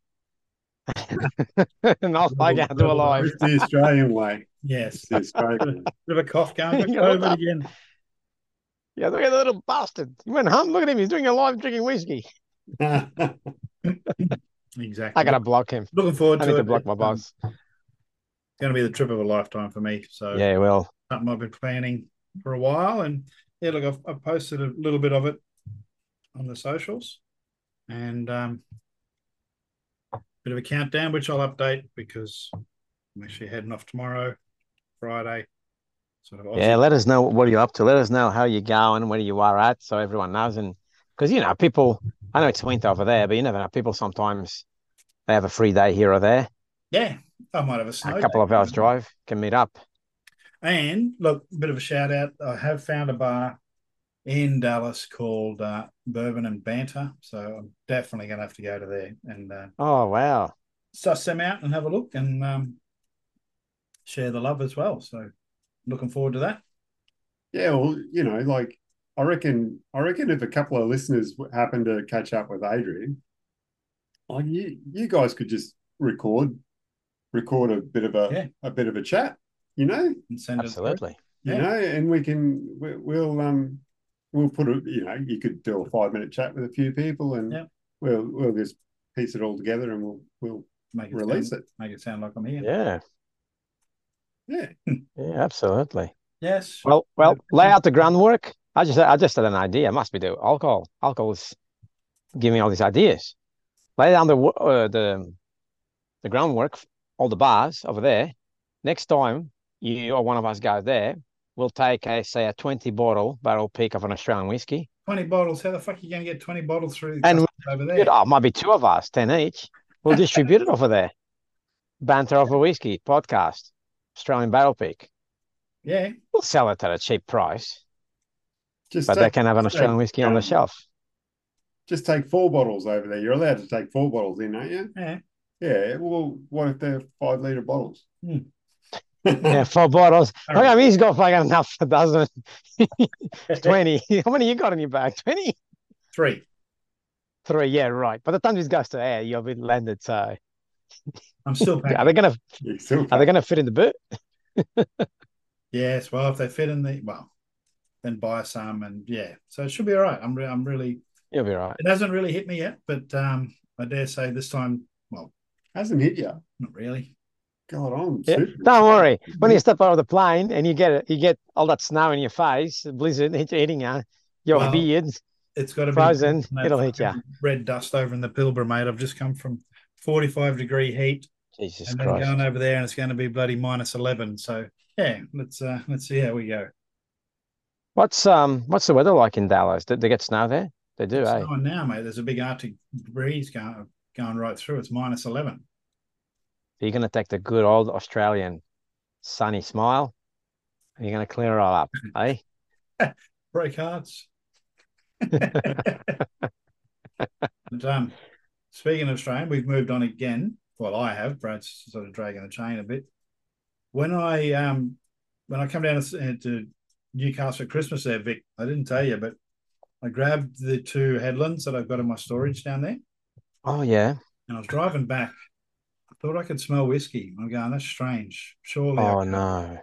Speaker 3: and I'll I gotta do a live.
Speaker 1: It's the Australian way.
Speaker 2: yes,
Speaker 1: It's the Australian way.
Speaker 2: bit of a cough going.
Speaker 3: You
Speaker 2: Look
Speaker 3: got
Speaker 2: over
Speaker 3: that?
Speaker 2: again.
Speaker 3: Yeah, look at the little bastard. He went home. Look at him. He's doing a live drinking whiskey.
Speaker 2: Exactly.
Speaker 3: I gotta block him.
Speaker 2: Looking forward
Speaker 3: I
Speaker 2: to
Speaker 3: need
Speaker 2: it.
Speaker 3: to block my
Speaker 2: It's, um,
Speaker 3: boss.
Speaker 2: It's going to be the trip of a lifetime for me. So
Speaker 3: Yeah, well,
Speaker 2: something I've been planning. for a while. And yeah, look, I've, I've posted a little bit of it on the socials and um, bit of a countdown, which I'll update because I'm actually heading off tomorrow, Friday. Sort of
Speaker 3: Yeah, let us know what you're up to. Let us know how you're going, where you are at, so everyone knows. And because you know, people, I know it's winter over there, but you never know. People sometimes they have a free day here or there,
Speaker 2: yeah, I might have a snow
Speaker 3: a couple
Speaker 2: day.
Speaker 3: of hours drive, can meet up.
Speaker 2: And look, a bit of a shout out. I have found a bar in Dallas called uh, Bourbon and Banter, so I'm definitely going to have to go to there and uh,
Speaker 3: Oh wow,
Speaker 2: suss them out and have a look and um, share the love as well. So looking forward to that.
Speaker 1: Yeah, well, you know, like I reckon, I reckon if a couple of listeners w- happen to catch up with Adrian, like you, you guys could just record, record a bit of a
Speaker 2: Yeah.
Speaker 1: a bit of a chat, you know,
Speaker 2: And send it through.
Speaker 3: absolutely.
Speaker 1: you
Speaker 2: Yeah.
Speaker 1: know, and we can we, we'll um we'll put a you know you could do a five minute chat with a few people and
Speaker 2: Yeah.
Speaker 1: we'll we'll just piece it all together and we'll we'll
Speaker 2: Make it
Speaker 1: release
Speaker 2: sound,
Speaker 1: it.
Speaker 2: Make it sound like I'm here.
Speaker 3: Yeah,
Speaker 1: Yeah,
Speaker 3: yeah, absolutely.
Speaker 2: Yes.
Speaker 3: Well, well,
Speaker 2: Yeah.
Speaker 3: lay out the groundwork. I just, I just had an idea. It must be the alcohol. Alcohol is giving all these ideas. Lay down the wo- uh, the the groundwork. f- All the bars over there. Next time you or one of us goes there, we'll take a say a twenty bottle barrel pick of an Australian whiskey,
Speaker 2: 20 bottles. How the fuck are you going to get 20 bottles through
Speaker 3: and
Speaker 2: over there?
Speaker 3: it oh, might be two of us, ten each. We'll distribute it over there. Banter over whiskey podcast, Australian barrel pick.
Speaker 2: Yeah.
Speaker 3: We'll sell it at a cheap price,
Speaker 1: just
Speaker 3: but they
Speaker 1: take,
Speaker 3: can have an
Speaker 1: just
Speaker 3: Australian
Speaker 1: take,
Speaker 3: whiskey on the
Speaker 1: um,
Speaker 3: shelf.
Speaker 1: just take four bottles over there. You're allowed to take four bottles in, aren't you?
Speaker 2: Yeah.
Speaker 1: Yeah. Well, what if they're five liter bottles?
Speaker 2: Hmm.
Speaker 3: Yeah, four bottles.
Speaker 2: All
Speaker 3: How
Speaker 2: right.
Speaker 3: come he's got fucking enough a dozen? 20. How many you got in your bag? 20?
Speaker 2: Three.
Speaker 3: Three, yeah, right. By the time this goes to air, you'll be landed. So
Speaker 2: I'm still packing.
Speaker 3: are they gonna
Speaker 1: You still
Speaker 3: are they gonna fit in the boot?
Speaker 2: Yes, well, if they fit in the well, then buy some, and yeah, so it should be all right. I'm re- I'm really
Speaker 3: You'll be right.
Speaker 2: it hasn't really hit me yet, but um, I dare say this time, well,
Speaker 1: hasn't hit you.
Speaker 2: not really.
Speaker 1: God, I'm
Speaker 3: Yeah.
Speaker 1: super
Speaker 3: Don't worry.
Speaker 1: excited.
Speaker 3: When you step out of the plane and you get it, you get all that snow in your face, the blizzard hit hitting you, your
Speaker 2: Well,
Speaker 3: beard
Speaker 2: It's got to be
Speaker 3: frozen,
Speaker 2: that
Speaker 3: it'll hit you.
Speaker 2: red dust over in the Pilbara, mate. I've just come from 45 degree heat,
Speaker 3: Jesus
Speaker 2: and then
Speaker 3: Christ.
Speaker 2: going over there, and it's going to be bloody minus 11. So yeah, let's uh, let's see how we go.
Speaker 3: What's um what's the weather like in Dallas? Did they get snow there? They do,
Speaker 2: It's
Speaker 3: eh?
Speaker 2: snowing now, mate. There's a big Arctic breeze going going right through. It's minus 11.
Speaker 3: You're gonna take the good old Australian sunny smile and you're gonna clear it all up, eh?
Speaker 2: break hearts. but, um, speaking of Australian, we've moved on again. Well, I have. Brad's sort of dragging the chain a bit. When I um, when I come down to, uh, to Newcastle for Christmas, there, Vic, I didn't tell you, but I grabbed the two headlands that I've got in my storage down there,
Speaker 3: Oh yeah.
Speaker 2: and I was driving back. I thought I could smell whiskey. I'm going, that's strange. Surely, I
Speaker 3: Oh no.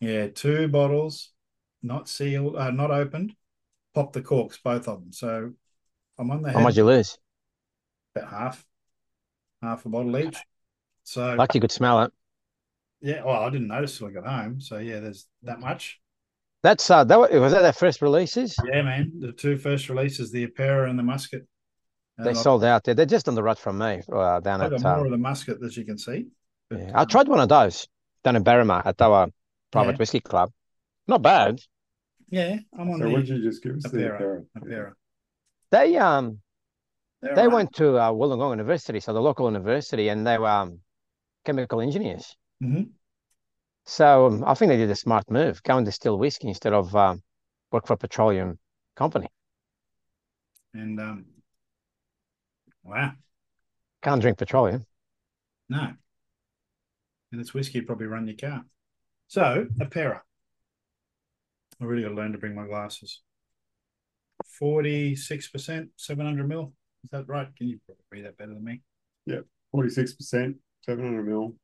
Speaker 2: yeah, two bottles, not sealed, uh, not opened. Pop the corks, both of them. So I'm on the
Speaker 3: How much
Speaker 2: head
Speaker 3: you lose?
Speaker 2: about half, half a bottle each. So
Speaker 3: Like you could smell it.
Speaker 2: yeah, well, I didn't notice till I got home. So yeah, there's that much.
Speaker 3: That's uh that wa- was that their first releases?
Speaker 2: Yeah, man, the two first releases, the Apera and the Musket.
Speaker 3: They
Speaker 2: And I-
Speaker 3: sold out. They're, they're just on the road from me, uh, down
Speaker 2: I
Speaker 3: at
Speaker 2: got more
Speaker 3: um,
Speaker 2: of the Musket as you can see. But,
Speaker 3: yeah. I
Speaker 2: um,
Speaker 3: tried one of those down in Berrima at our private
Speaker 2: Yeah.
Speaker 3: whiskey club. Not bad.
Speaker 2: yeah, I'm on
Speaker 1: So would
Speaker 2: the
Speaker 1: you just give us the
Speaker 2: Apera,
Speaker 1: apparel?
Speaker 2: Apera.
Speaker 3: They um
Speaker 2: They're
Speaker 3: they
Speaker 2: all right.
Speaker 3: went to uh, Wollongong University, so the local university, and they were um, chemical engineers.
Speaker 2: Mhm.
Speaker 3: So um, I think they did a smart move, go and distill whiskey instead of um, work for a petroleum company.
Speaker 2: And um, wow,
Speaker 3: Can't drink petroleum.
Speaker 2: no. And it's whiskey probably run your car. So a para. I really got to learn to bring my glasses. Forty-six percent, seven hundred mil. Is that right? Can you probably read that better than me?
Speaker 1: Forty-six percent, seven hundred mil,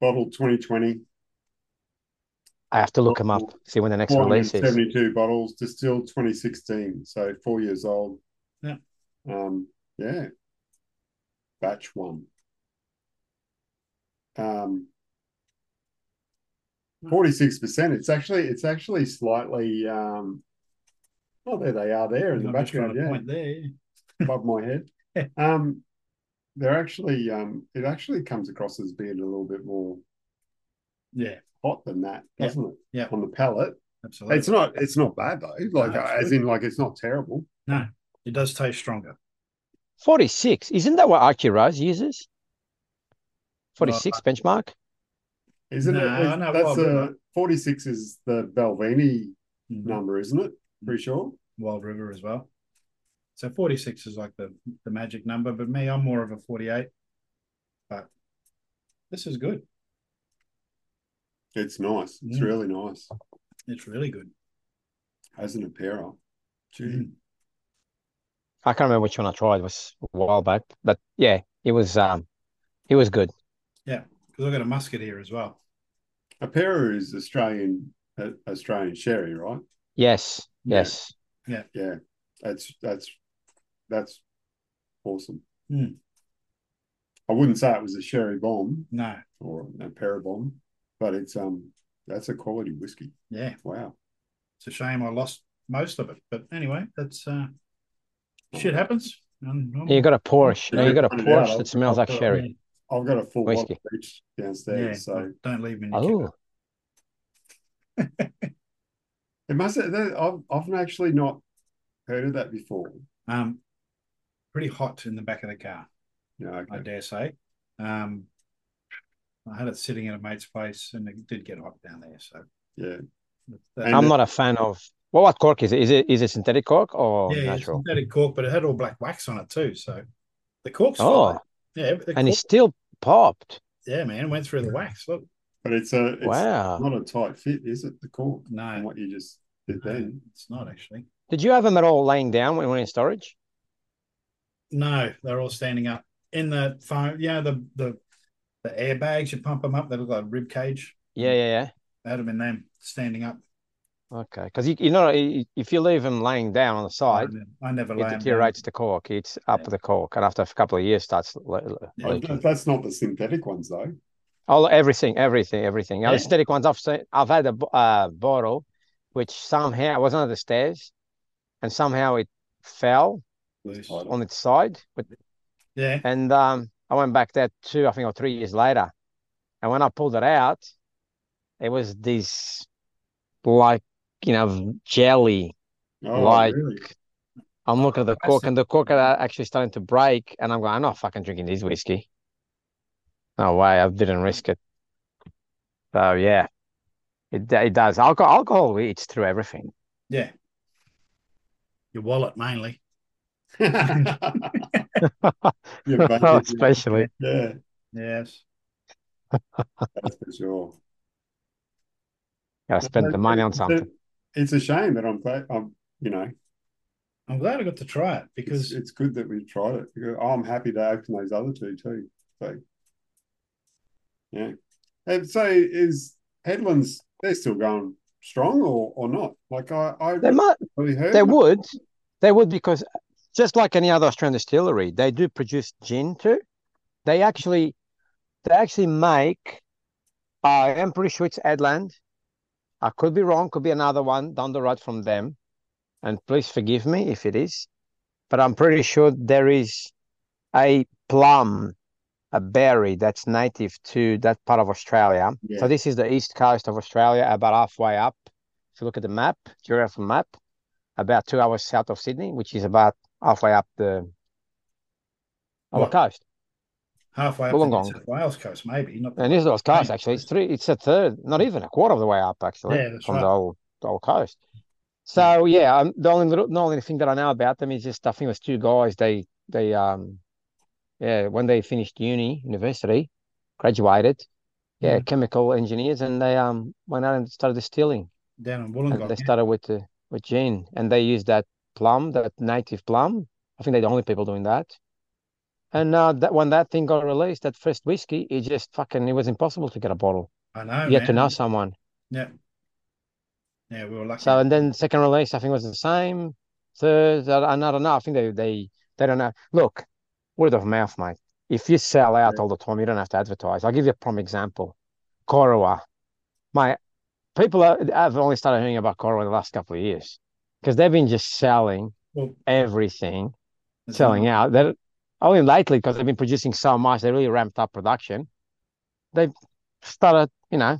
Speaker 1: bottle twenty twenty.
Speaker 3: I have to look them up, see when the next
Speaker 1: Four hundred
Speaker 3: release is.
Speaker 1: seventy-two bottles, distilled twenty sixteen, so four years old.
Speaker 2: Yeah.
Speaker 1: Um. Yeah. Batch one. Um. Forty-six percent. It's actually it's actually slightly. Um, oh, there they are there in the
Speaker 2: I'm just trying
Speaker 1: background.
Speaker 2: to
Speaker 1: Yeah,
Speaker 2: point there.
Speaker 1: above my head. Um, they're actually um, it actually comes across as being a little bit more
Speaker 2: Yeah,
Speaker 1: hot than that,
Speaker 2: Yeah.
Speaker 1: doesn't it?
Speaker 2: Yeah.
Speaker 1: On the palate,
Speaker 2: absolutely.
Speaker 1: it's not it's not bad though. Like uh, as
Speaker 2: absolutely.
Speaker 1: in like it's not terrible.
Speaker 2: it does taste stronger.
Speaker 3: 46. Isn't that what Archie Rose uses?
Speaker 1: Uh,
Speaker 3: 46 benchmark?
Speaker 1: Isn't
Speaker 2: No,
Speaker 1: it? Is-
Speaker 2: no,
Speaker 1: that's
Speaker 2: Wild
Speaker 1: uh,
Speaker 2: River.
Speaker 1: forty-six is the Belvini
Speaker 2: Mhm.
Speaker 1: number, isn't it?
Speaker 2: Mm.
Speaker 1: Pretty sure.
Speaker 2: Wild River as well. So 46 is like the, the magic number, but me, I'm more of a 48. But this is good.
Speaker 1: It's nice. It's
Speaker 2: Mm.
Speaker 1: really nice.
Speaker 2: It's really good.
Speaker 1: As an apparel. Gee.
Speaker 2: Mm.
Speaker 3: I can't remember which one I tried. It was a while back, but yeah, it was um, it was good.
Speaker 2: Because I've got a musket here as well.
Speaker 1: Apera is Australian uh, Australian sherry, right?
Speaker 3: Yes,
Speaker 1: Yeah.
Speaker 3: yes.
Speaker 1: Yeah, that's that's that's awesome.
Speaker 2: Hmm.
Speaker 1: I wouldn't say it was a sherry bomb
Speaker 2: No,
Speaker 1: or an Apera bomb, but it's um that's a quality whiskey.
Speaker 2: yeah.
Speaker 1: Wow,
Speaker 2: It's a shame I lost most of it. But anyway, that's uh, shit happens. And I'm-
Speaker 3: You got a Porsche.
Speaker 1: Yeah,
Speaker 3: No, you got a
Speaker 1: pointed out,
Speaker 3: Porsche
Speaker 1: I'll-
Speaker 3: that smells like
Speaker 1: I'll-
Speaker 3: sherry.
Speaker 1: I've got a full bottle
Speaker 3: Whiskey.
Speaker 1: of each downstairs,
Speaker 2: yeah,
Speaker 1: so
Speaker 2: don't leave me. in your
Speaker 3: Oh,
Speaker 2: car.
Speaker 1: it must. Have, that- I've I've actually not heard of that before.
Speaker 2: Um, pretty hot in the back of the car.
Speaker 1: Yeah,
Speaker 2: I
Speaker 1: okay.
Speaker 2: dare say. Um, I had it sitting at a mate's place, and it did get hot down there. So
Speaker 1: yeah.
Speaker 2: that,
Speaker 1: And
Speaker 3: I'm
Speaker 1: the-
Speaker 3: not a fan of. Well, what cork is it? Is it is it synthetic cork or
Speaker 2: yeah, it's
Speaker 3: Oh, natural?
Speaker 2: synthetic cork, but it had all black wax on it too. So the cork's
Speaker 3: Oh,
Speaker 2: fine. yeah, but the
Speaker 3: and
Speaker 2: cork,
Speaker 3: it's still popped.
Speaker 2: yeah, man, it went through the wax. Look,
Speaker 1: But it's a it's
Speaker 3: Wow.
Speaker 1: not a tight fit, is it? The cork and
Speaker 2: no,
Speaker 1: what you just did
Speaker 2: no,
Speaker 1: then.
Speaker 2: it's not actually.
Speaker 3: Did you have them at all laying down when we were in storage?
Speaker 2: No, they're all standing up in the foam. You know the the the airbags. You pump them up. They look like a rib cage.
Speaker 3: Yeah, yeah,
Speaker 2: They had them in them standing up.
Speaker 3: yeah. Okay, because you, you know i- if you leave them laying down on the
Speaker 2: I,
Speaker 3: side,
Speaker 2: ne- I never lay
Speaker 3: it
Speaker 2: 'em down.
Speaker 3: deteriorates the cork. It's up
Speaker 2: Yeah.
Speaker 3: the cork, and after a couple of years, starts le- le-
Speaker 2: Yeah.
Speaker 1: But
Speaker 3: leaking.
Speaker 1: that- that's not the synthetic ones though.
Speaker 3: All everything, everything, everything. Yeah,
Speaker 2: Yeah.
Speaker 3: the static ones. I've seen, I've had a bo- uh, bottle, which somehow I was under the stairs, and somehow it fell
Speaker 1: It's
Speaker 2: Loose.
Speaker 1: tighter.
Speaker 3: on its side. But,
Speaker 2: Yeah,
Speaker 3: and um, I went back there two, I think, or three years later. And when I pulled it out, it was this like you know jelly.
Speaker 1: Oh,
Speaker 3: Like-
Speaker 1: really?
Speaker 3: I'm looking at the
Speaker 2: Oh, I
Speaker 3: cork,
Speaker 2: see.
Speaker 3: and the cork are actually starting to break. And I'm going, I'm not fucking drinking this whiskey. No way, I didn't risk it. So yeah, it d- it does. Alcohol alcohol eats through everything.
Speaker 2: yeah. Your wallet mainly.
Speaker 1: yeah,
Speaker 3: Especially.
Speaker 1: yeah,
Speaker 2: Yes.
Speaker 1: that's for sure.
Speaker 3: I spent the money on something.
Speaker 1: It's a shame that I'm glad. I'm, you know,
Speaker 2: I'm glad I got to try it
Speaker 1: it's,
Speaker 2: because
Speaker 1: it's good that we tried it. because oh, I'm happy to open those other two too. So, yeah. And so, is Headlands? They're still going strong, or or not? Like I, I
Speaker 3: They might
Speaker 1: really heard.
Speaker 3: they
Speaker 1: them.
Speaker 3: would. They would because just like any other Australian distillery, they do produce gin too. They actually they actually make I am pretty sure it's Edland. I could be wrong, could be another one down the road from them. And please forgive me if it is. But I'm pretty sure there is a plum, a berry that's native to that part of Australia.
Speaker 1: Yeah.
Speaker 3: So this is the east coast of Australia, about halfway up. If you look at the map, geographical map, about two hours south of Sydney, which is about halfway up the other
Speaker 2: What?
Speaker 3: coast.
Speaker 2: halfway up the New
Speaker 3: Wollongong.
Speaker 2: South Wales coast, maybe not.
Speaker 3: And this is the coast
Speaker 2: Right.
Speaker 3: actually. It's three. It's a third, not even a quarter of the way up actually
Speaker 2: Yeah, that's
Speaker 3: from
Speaker 2: right.
Speaker 3: the whole the whole coast. So yeah, um, the only little, the only thing that I know about them is just I think it was two guys. They they um yeah when they finished uni university, graduated, yeah
Speaker 2: Mm.
Speaker 3: chemical engineers, and they um went out and started distilling,
Speaker 2: down in
Speaker 3: and
Speaker 2: Wollongong.
Speaker 3: they
Speaker 2: yeah.
Speaker 3: started with the with gin, and they used that plum, that native plum. I think they're the only people doing that. And uh, that when that thing got released, that first whiskey, it just fucking it was impossible to get a bottle
Speaker 2: I know.
Speaker 3: you had to
Speaker 2: man.
Speaker 3: know someone.
Speaker 2: Yeah, yeah, we were lucky.
Speaker 3: So and then second release, I think was the same. Third, I, I don't know. I think they they they don't know. Look, word of mouth, mate. If you sell out all the time, you don't have to advertise. I'll give you a prime example. Corowa, mate. people are, have only started hearing about Coro in the last couple of years because they've been just selling
Speaker 2: Well,
Speaker 3: everything,
Speaker 2: that's
Speaker 3: selling
Speaker 2: not-
Speaker 3: out. They're only lately because they've been producing so much, they really ramped up production. They started, you know,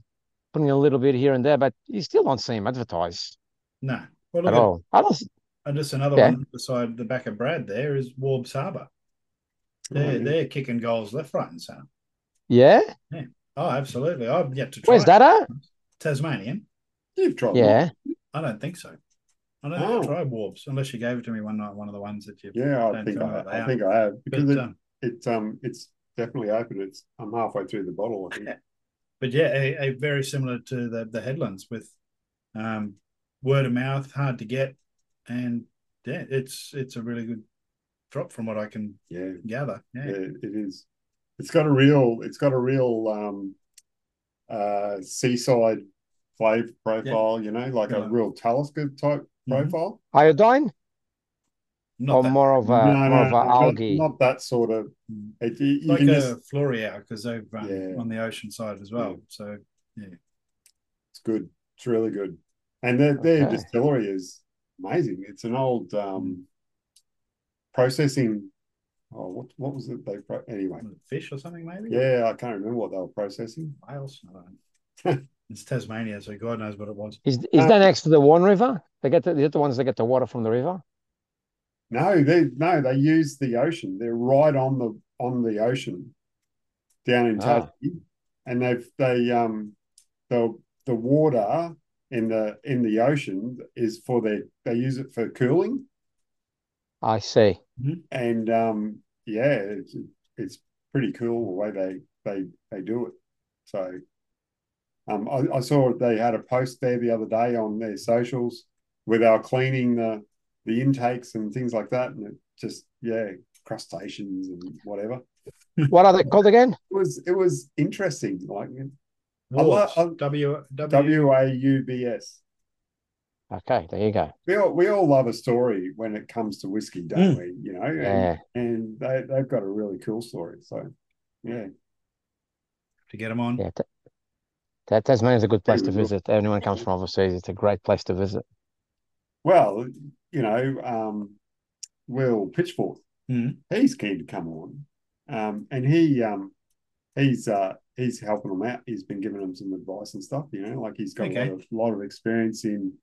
Speaker 3: putting a little bit here and there, but you still don't see them advertised
Speaker 2: No. Well, look
Speaker 3: at
Speaker 2: at-
Speaker 3: all. I don't.
Speaker 2: and just another
Speaker 3: Yeah.
Speaker 2: one beside the back of Brad there is Warbs Harbour.
Speaker 3: Oh,
Speaker 2: They're, they're kicking goals left, right, and centre.
Speaker 3: Yeah,
Speaker 2: Oh, absolutely. I've yet to try
Speaker 3: where's that at?
Speaker 2: Tasmanian.
Speaker 1: You've tried.
Speaker 3: Yeah,
Speaker 2: I don't think so. I don't
Speaker 1: Oh.
Speaker 2: think I tried Warbs unless you gave it to me one night, one of the ones that you.
Speaker 1: Yeah, I
Speaker 2: Don't
Speaker 1: think
Speaker 2: tell me
Speaker 1: I,
Speaker 2: what they
Speaker 1: I
Speaker 2: are.
Speaker 1: think I have because
Speaker 2: But,
Speaker 1: it,
Speaker 2: um,
Speaker 1: it um it's definitely open. It's I'm halfway through the bottle. I think.
Speaker 2: but yeah, a, a very similar to the, the headlands with um, word of mouth, hard to get, and yeah, it's it's a really good drop from what I can
Speaker 1: Yeah,
Speaker 2: gather. Yeah,
Speaker 1: yeah, it is. It's got a real. It's got a real um uh seaside flavor profile. You know, like
Speaker 2: Yeah.
Speaker 1: a real Talisker type
Speaker 2: Mhm.
Speaker 1: profile.
Speaker 3: iodine
Speaker 2: not
Speaker 3: or
Speaker 2: that,
Speaker 3: more of a
Speaker 1: no,
Speaker 3: more
Speaker 1: no,
Speaker 3: of
Speaker 1: no,
Speaker 3: a
Speaker 1: not-
Speaker 3: algae.
Speaker 1: Not, that sort of.
Speaker 2: Mm.
Speaker 1: It, you, you
Speaker 2: like a
Speaker 1: can just.
Speaker 2: Florio because they've um,
Speaker 1: Yeah.
Speaker 2: on the ocean side as well. So
Speaker 1: It's good. It's really good, and their their
Speaker 3: Okay.
Speaker 1: distillery is amazing. It's an old
Speaker 2: Mm-hmm.
Speaker 1: um processing. Oh, what what was it? They pro- anyway.
Speaker 2: fish or something maybe.
Speaker 1: Yeah, I can't remember what they were processing.
Speaker 2: Wales. I don't know. it's Tasmania, so God knows what it was.
Speaker 3: Is is
Speaker 1: Uh,
Speaker 3: that next to the Warren River? They get the, they're the ones that get the water from the river.
Speaker 1: No, they no, they use the ocean. They're right on the on the ocean down in
Speaker 3: Ah.
Speaker 1: Tassie, and they've they um the the water in the in the ocean is for their they use it for cooling
Speaker 3: I see.
Speaker 1: and um yeah, it's, it's pretty cool the way they they they do it. So um, I, I saw they had a post there the other day on their socials where they were cleaning the the intakes and things like that, and it just yeah, crustaceans and whatever.
Speaker 3: What are they called again?
Speaker 1: It was it was interesting, like I like-
Speaker 2: Wolves,
Speaker 1: I-
Speaker 2: W W.
Speaker 1: W A U B S.
Speaker 3: Okay, there you go.
Speaker 1: We all we all love a story when it comes to whiskey, don't we? You know,
Speaker 3: Yeah.
Speaker 1: and, and they they've got a really cool story. So yeah,
Speaker 2: to get them on.
Speaker 3: Yeah, Ta- Ta- Tasmania is a good place to
Speaker 1: we will.
Speaker 3: visit. Anyone comes from overseas, it's a great place to visit.
Speaker 1: well, you know, um, Will Pitchfork,
Speaker 2: Mhm.
Speaker 1: he's keen to come on, um, and he um, he's uh, he's helping them out. He's been giving them some advice and stuff. You know, like he's got
Speaker 2: Okay.
Speaker 1: a lot of, lot of experience in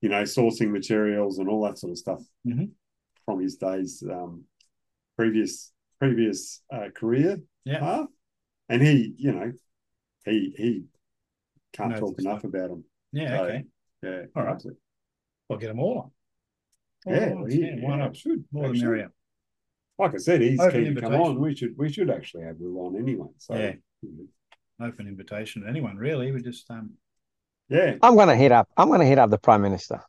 Speaker 1: you know sourcing materials and all that sort of stuff
Speaker 2: Mhm.
Speaker 1: from his days um, previous previous uh, career
Speaker 2: Yeah.
Speaker 1: path, and he you know he he can't
Speaker 2: Knows
Speaker 1: talk
Speaker 2: his
Speaker 1: enough about him.
Speaker 2: Yeah,
Speaker 1: So,
Speaker 2: okay.
Speaker 1: Yeah,
Speaker 2: All right.
Speaker 1: absolutely.
Speaker 2: We'll get them all on. All
Speaker 1: Yeah,
Speaker 2: right,
Speaker 1: he-
Speaker 2: yeah, why
Speaker 1: yeah,
Speaker 2: not?
Speaker 1: should
Speaker 2: More the
Speaker 1: actually.
Speaker 2: merrier.
Speaker 1: Like I said, he's
Speaker 2: Open
Speaker 1: keen to come
Speaker 2: invitation.
Speaker 1: on. We should we should actually have Will on anyway. So
Speaker 2: Yeah.
Speaker 1: you know.
Speaker 2: Open invitation to anyone, really. We just um
Speaker 1: Yeah,
Speaker 3: I'm gonna hit up. I'm gonna hit up the Prime Minister.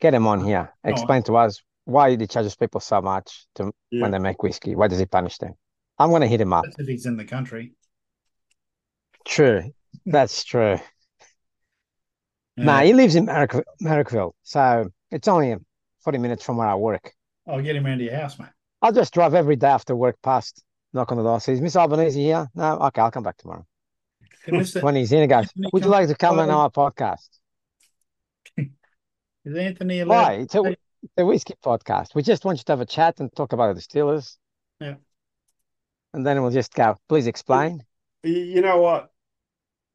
Speaker 3: Get him on here.
Speaker 1: Oh.
Speaker 2: on.
Speaker 3: Explain to us why he charges people so much to
Speaker 1: Yeah.
Speaker 3: when they make whiskey. Why does he punish them? I'm gonna hit him up.
Speaker 2: that's if he's in the country.
Speaker 3: True, that's true.
Speaker 2: Yeah.
Speaker 3: Nah, he lives in Merrick- Merrickville, so it's only 40 minutes from where I work.
Speaker 2: I'll get him round to your house, mate.
Speaker 3: I'll just drive every day after work past, knock on the door, says, Miss Albanese here? No, okay, I'll come back tomorrow.
Speaker 2: Hey, Mr.
Speaker 3: When he's in, he goes,
Speaker 2: Can you
Speaker 3: Would you
Speaker 2: come-
Speaker 3: like to come on
Speaker 2: Hello.
Speaker 3: our podcast?
Speaker 2: Is Anthony allowed?
Speaker 3: Why? It's a,
Speaker 2: Hey.
Speaker 3: it's a whiskey podcast. We just want you to have a chat and talk about the Steelers.
Speaker 2: Yeah.
Speaker 3: And then we'll just go, Please explain.
Speaker 1: Y- you know what?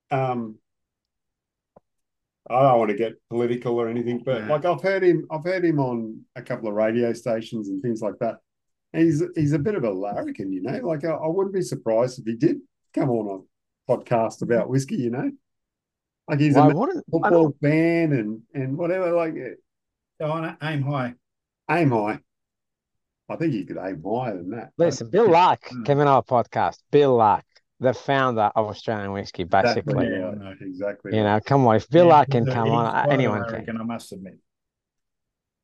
Speaker 1: Um, I don't want to get political or anything, but
Speaker 2: Nah.
Speaker 1: like I've heard him, I've heard him on a couple of radio stations and things like that. He's he's a bit of a larrikin, you know. Like I, I wouldn't be surprised if he did come on a podcast about whiskey, you know. Like he's
Speaker 3: Why
Speaker 1: a
Speaker 3: wouldn't
Speaker 2: Oh,
Speaker 3: I know.
Speaker 1: football fan and and whatever. Like eh,
Speaker 2: Go on, aim high.
Speaker 1: aim high. I think you could aim higher than that. but-
Speaker 3: Listen, Bill Lark
Speaker 2: oh. Mm.
Speaker 3: came on our podcast. Bill Lark, the founder of Australian whiskey,
Speaker 1: Exactly
Speaker 3: basically.
Speaker 1: right.
Speaker 2: Yeah, I know.
Speaker 1: Exactly.
Speaker 3: You
Speaker 1: right.
Speaker 3: know, come on, if Bill Lark can
Speaker 2: he's a-
Speaker 3: come
Speaker 2: he's
Speaker 3: on, uh,
Speaker 2: quite
Speaker 3: anyone
Speaker 2: an
Speaker 3: can.
Speaker 2: American, I must admit.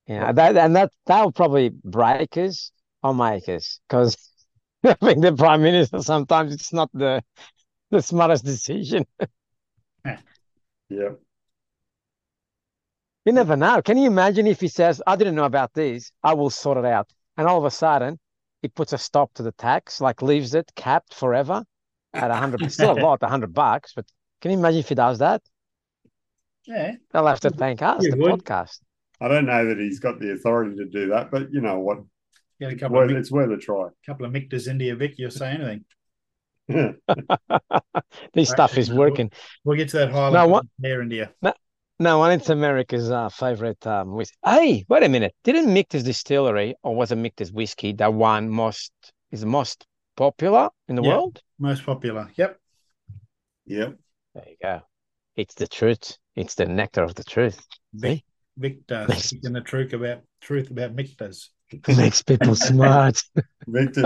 Speaker 3: Yeah, that and that that'll probably break us Oh, or make us because having the prime minister sometimes it's not the the smartest decision.
Speaker 1: Yeah.
Speaker 3: You never know. Can you imagine if he says, "I didn't know about this. I will sort it out," and all of a sudden he puts a stop to the tax, like leaves it capped forever at a hundred. Still a lot, a hundred bucks. But can you imagine if he does that?
Speaker 2: Yeah.
Speaker 3: They'll have to thank us,
Speaker 2: You
Speaker 3: the
Speaker 2: would.
Speaker 3: podcast.
Speaker 1: I don't know that he's got the authority to do that, but you know what?
Speaker 2: Get a
Speaker 1: It's
Speaker 2: couple of
Speaker 1: worth,
Speaker 2: mic-
Speaker 1: it's worth a try.
Speaker 2: couple of mictors into your Vic, you'll say anything.
Speaker 3: this stuff
Speaker 2: Actually,
Speaker 3: is
Speaker 2: no.
Speaker 3: working.
Speaker 2: We'll get to that highlight
Speaker 3: No, what-
Speaker 2: there, India.
Speaker 3: No, one it's America's uh, favorite um, whiskey. Hey, wait a minute. Didn't Michter's Distillery or was it Michter's Whiskey the one most is most popular in the
Speaker 2: Yeah.
Speaker 3: world?
Speaker 2: Most popular. Yep.
Speaker 1: Yep.
Speaker 3: There you go. It's the truth. It's the nectar of the truth.
Speaker 2: Vic,
Speaker 3: See?
Speaker 2: Vic does.
Speaker 3: Nice.
Speaker 2: Speaking the truth about truth about mictors.
Speaker 3: makes people smart.
Speaker 1: Victor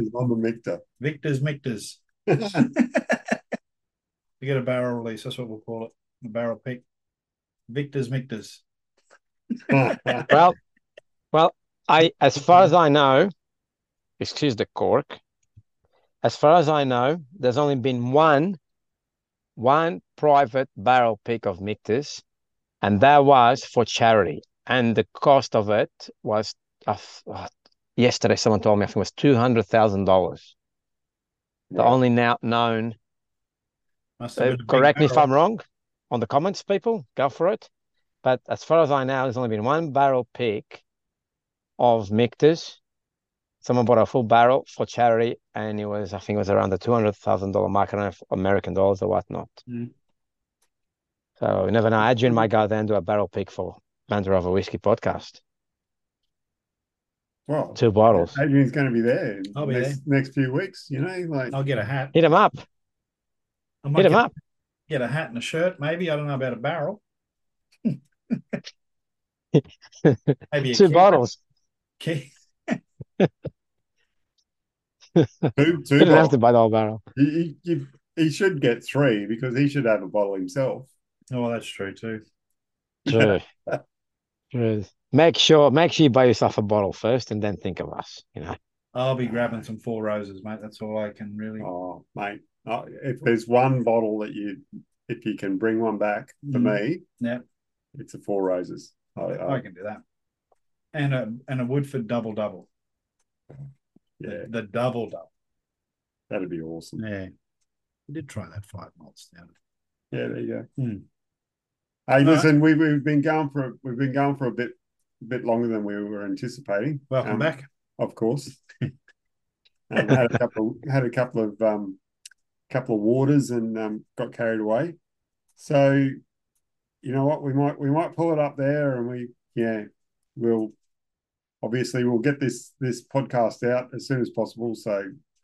Speaker 1: is on the Victor.
Speaker 2: Victor's mictors. We get a barrel release. That's what we'll call it. A barrel pick. Victor's Mictors.
Speaker 3: Well, well, I as far as I know, excuse the cork. As far as I know, there's only been one, one private barrel pick of Mictus, and that was for charity. And the cost of it was, uh, f- uh, yesterday someone told me I think it was two hundred thousand dollars. The
Speaker 1: Wow.
Speaker 3: only now known.
Speaker 2: Must
Speaker 3: So
Speaker 2: been a big
Speaker 3: Uh, correct me if
Speaker 2: barrel.
Speaker 3: I'm wrong. On the comments, people, go for it. But as far as I know, there's only been one barrel pick of Mictus. Someone bought a full barrel for charity, and it was, I think, it was around the two hundred thousand dollar mark, I don't know if American dollars or whatnot.
Speaker 2: Mm.
Speaker 3: So you never know. Adrian might go there and do a barrel pick for Banter Over Whiskey podcast.
Speaker 1: Well,
Speaker 3: Two bottles.
Speaker 1: Adrian's going to be there in
Speaker 2: I'll be
Speaker 1: next, next few weeks. You know, like
Speaker 2: I'll get a hat.
Speaker 3: Hit him up.
Speaker 2: I might
Speaker 3: Hit him
Speaker 2: get,
Speaker 3: up.
Speaker 2: get a hat and a shirt, maybe. I don't know about a barrel. maybe a
Speaker 3: Two
Speaker 2: key-
Speaker 3: bottles.
Speaker 2: key-
Speaker 1: two,
Speaker 3: You
Speaker 1: two
Speaker 3: didn't have
Speaker 1: bottles.
Speaker 3: to buy the whole barrel.
Speaker 1: He, he- you- he should get three because he should have a bottle himself.
Speaker 2: Oh, that's true too.
Speaker 3: True. True. Make sure, make sure you buy yourself a bottle first, and then think of us. You know.
Speaker 2: I'll be grabbing some four roses, mate. That's all I can really.
Speaker 1: Oh, mate. Oh, if there's one bottle that you, if you can bring one back for
Speaker 2: Mm.
Speaker 1: me,
Speaker 2: Yeah.
Speaker 1: it's a Four Roses. I, I,
Speaker 2: I can do that. And a and a Woodford double double.
Speaker 1: yeah,
Speaker 2: The, the double double.
Speaker 1: that'd be awesome.
Speaker 2: Yeah. I did try that five malts down.
Speaker 1: Yeah, there you go.
Speaker 2: Hmm.
Speaker 1: Hey,
Speaker 2: right.
Speaker 1: listen, we, we've been going for we've been going for a bit bit longer than we were anticipating.
Speaker 2: Welcome
Speaker 1: Um,
Speaker 2: back.
Speaker 1: of course. and had a couple had a couple of um, couple of waters and um, got carried away. So, you know what? We might we might pull it up there, and we yeah, we'll obviously we'll get this this podcast out as soon as possible. So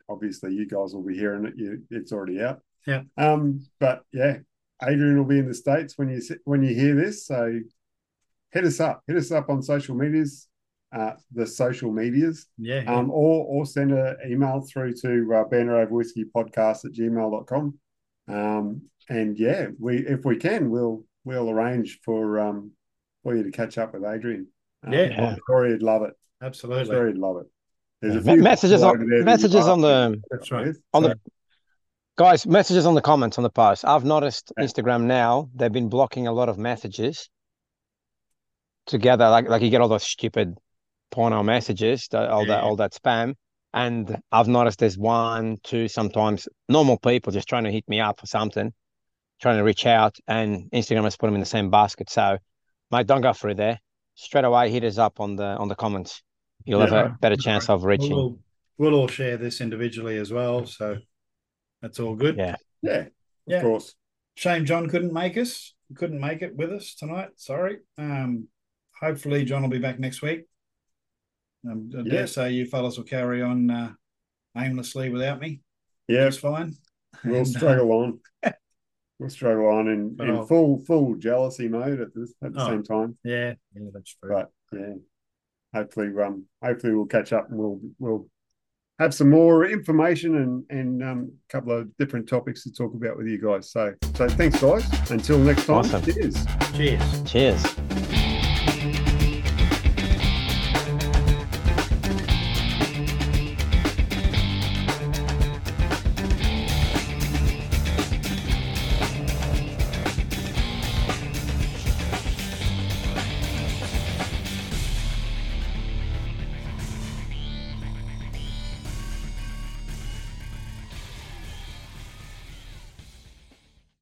Speaker 1: obviously you guys will be hearing it. You, it's already out.
Speaker 2: Yeah.
Speaker 1: Um. But yeah, Adrian will be in the states when you se- when you hear this. So hit us up. Hit us up on social medias. Uh, the social medias
Speaker 2: Yeah.
Speaker 1: um, or or send an email through to uh, banner over whiskey podcast at gmail.com. Um, and yeah, we if we can, we'll we'll arrange for um for you to catch up with Adrian. Um,
Speaker 2: Yeah.
Speaker 1: I'm sure he'd love it. I'm
Speaker 2: absolutely.
Speaker 1: sure he'd love it. There's
Speaker 3: Me- messages
Speaker 1: people
Speaker 3: on-
Speaker 1: over there that
Speaker 3: messages
Speaker 1: you'd
Speaker 3: on
Speaker 1: love
Speaker 3: the-
Speaker 1: to catch up
Speaker 2: That's right.
Speaker 1: with.
Speaker 3: On the
Speaker 2: So-
Speaker 3: Guys, messages on the comments on the post. I've noticed
Speaker 1: Yeah.
Speaker 3: Instagram now, they've been blocking a lot of messages together. Like like you get all those stupid porno messages, the- all
Speaker 2: Yeah.
Speaker 3: that all that spam. And I've noticed there's one, two, sometimes normal people just trying to hit me up for something, trying to reach out, and Instagram has put them in the same basket. So, mate, don't go through there. Straight away, hit us up on the on the comments. You'll
Speaker 1: Yeah,
Speaker 3: have a
Speaker 2: no,
Speaker 3: better
Speaker 2: no,
Speaker 3: chance of
Speaker 2: We'll,
Speaker 3: reaching.
Speaker 2: all- we'll all share this individually as well. So that's all good.
Speaker 3: Yeah.
Speaker 1: Yeah, of
Speaker 2: Yeah.
Speaker 1: course.
Speaker 2: Shame John couldn't make us. Couldn't make it with us tonight. Sorry. Um, hopefully John will be back next week. Um, I
Speaker 1: Yeah.
Speaker 2: dare say you fellas will carry on uh, aimlessly without me.
Speaker 1: Yeah,
Speaker 2: That's fine.
Speaker 1: we'll
Speaker 2: And, uh,
Speaker 1: struggle on. We'll struggle on in,
Speaker 2: But I'll-
Speaker 1: in full full jealousy mode at this at the
Speaker 2: Oh.
Speaker 1: same time.
Speaker 2: yeah, yeah, that's true.
Speaker 1: But yeah, hopefully, um, hopefully we'll catch up and we'll we'll have some more information and and um, a couple of different topics to talk about with you guys. So so thanks, guys. Until next time,
Speaker 3: Awesome.
Speaker 1: cheers.
Speaker 2: Cheers.
Speaker 3: Cheers.